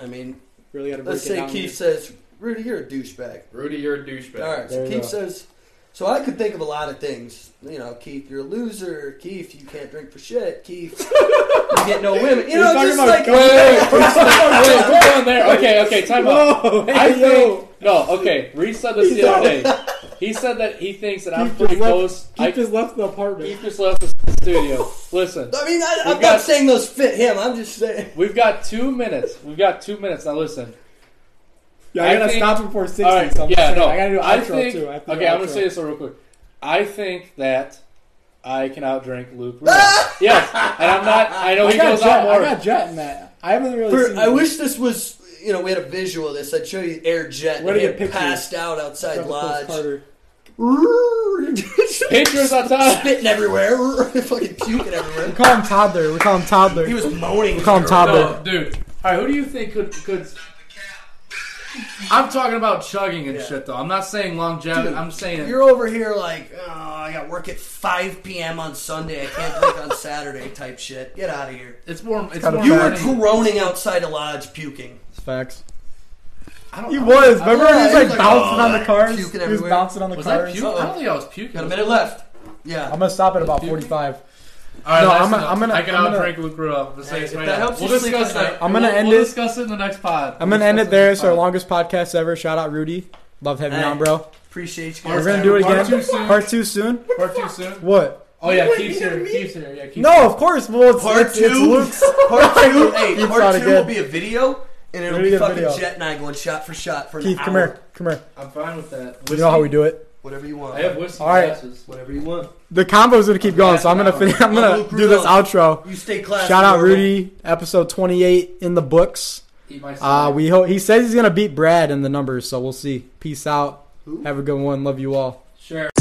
I mean, Really got to break let's it say down. Keith says, Rudy, you're a douchebag. Rudy, you're a douchebag. All right, There so you Keith go. says, so I could think of a lot of things. You know, Keith, you're a loser. Keith, you can't drink for [LAUGHS] shit. Keith, you get no women. You We're know, talking just about like going- Wait, we're going there. Okay, okay, time out. Whoa, hey, I yo. think no. Okay, Reese said this the other day. He said that he thinks that I'm Keith pretty just left- close. Keith I just left the apartment. Keith just left the studio. Listen, I mean, I, I'm We've got- not saying those fit him. I'm just saying. we've got two minutes. We've got two minutes now. Listen, yeah, I, I gotta think- stop before sixty. All right. so I'm yeah, saying no. I gotta do I outro think, too. I have to do okay, I'm gonna outro. say this real quick. I think that I can outdrink [LAUGHS] Luke. Rudolph. yes, and I'm not. I know I he got goes out jet. I more. got jet in that. I haven't really. For- seen I that. wish this was, you know, we had a visual of this. I'd show you Air Jet. Where do you and get passed out outside Got the Coach lodge. Carter. Pictures on top. [LAUGHS] Spitting everywhere. [LAUGHS] Fucking puking everywhere. Call him toddler. We call him toddler. He was moaning. Call him toddler. No, dude. All right, who do you think could could? I'm talking about chugging and shit, though. I'm not saying longevity. Dude, I'm saying You're over here like, oh, I got work at 5 p.m. on Sunday. I can't drink on Saturday type shit. Get out of here. it's more. It's kinda more. You You were were money. groaning outside a lodge puking. Facts. I don't, He I don't- was. I Remember don't- when he was Yeah, like he was like, bouncing on "Oh, the cars? He puking was everywhere." bouncing on the Was that cars. puke? I don't think I was puking. Got a minute left. Yeah. I'm gonna stop at about Puking? 45. All right, No, listen I'm gonna- up. I'm gonna- I can I'm gonna- outdrink Luke Rudolph. Let's say Hey, it's if right that now. helps We'll you sleep discuss at night. that. I'm gonna we'll, end we'll it. discuss it in the next pod. I'm We'll gonna end discuss it there. It's in our the next longest podcast ever. Shout out Rudy. Love having you Hey. on, bro. Appreciate you We're guys. gonna do it Part again. two soon. Part two soon. pod. Part too soon. What? Oh yeah, Keith's here. Keith's here. Yeah, Keith's No, of course. Well, it's, Part it's, it's two? Luke's. [LAUGHS] [LAUGHS] Part two, hey, Keith saw part it two will again. be a video, and it'll We're gonna be get a fucking video. Jet and I going shot for shot for an Keith, come hour. here. Come here. I'm fine with that. You know how we do it. Whatever you want. I have whiskey All right. glasses. Whatever you want. The combo's gonna keep going, so I'm gonna fin- I'm gonna do this outro. You stay classy. Shout out Norman. Rudy. Episode 28 in the books. Eat my Uh, salad. we ho- he says he's gonna beat Brad in the numbers, so we'll see. Peace out. Who? Have a good one. Love you all. Sure.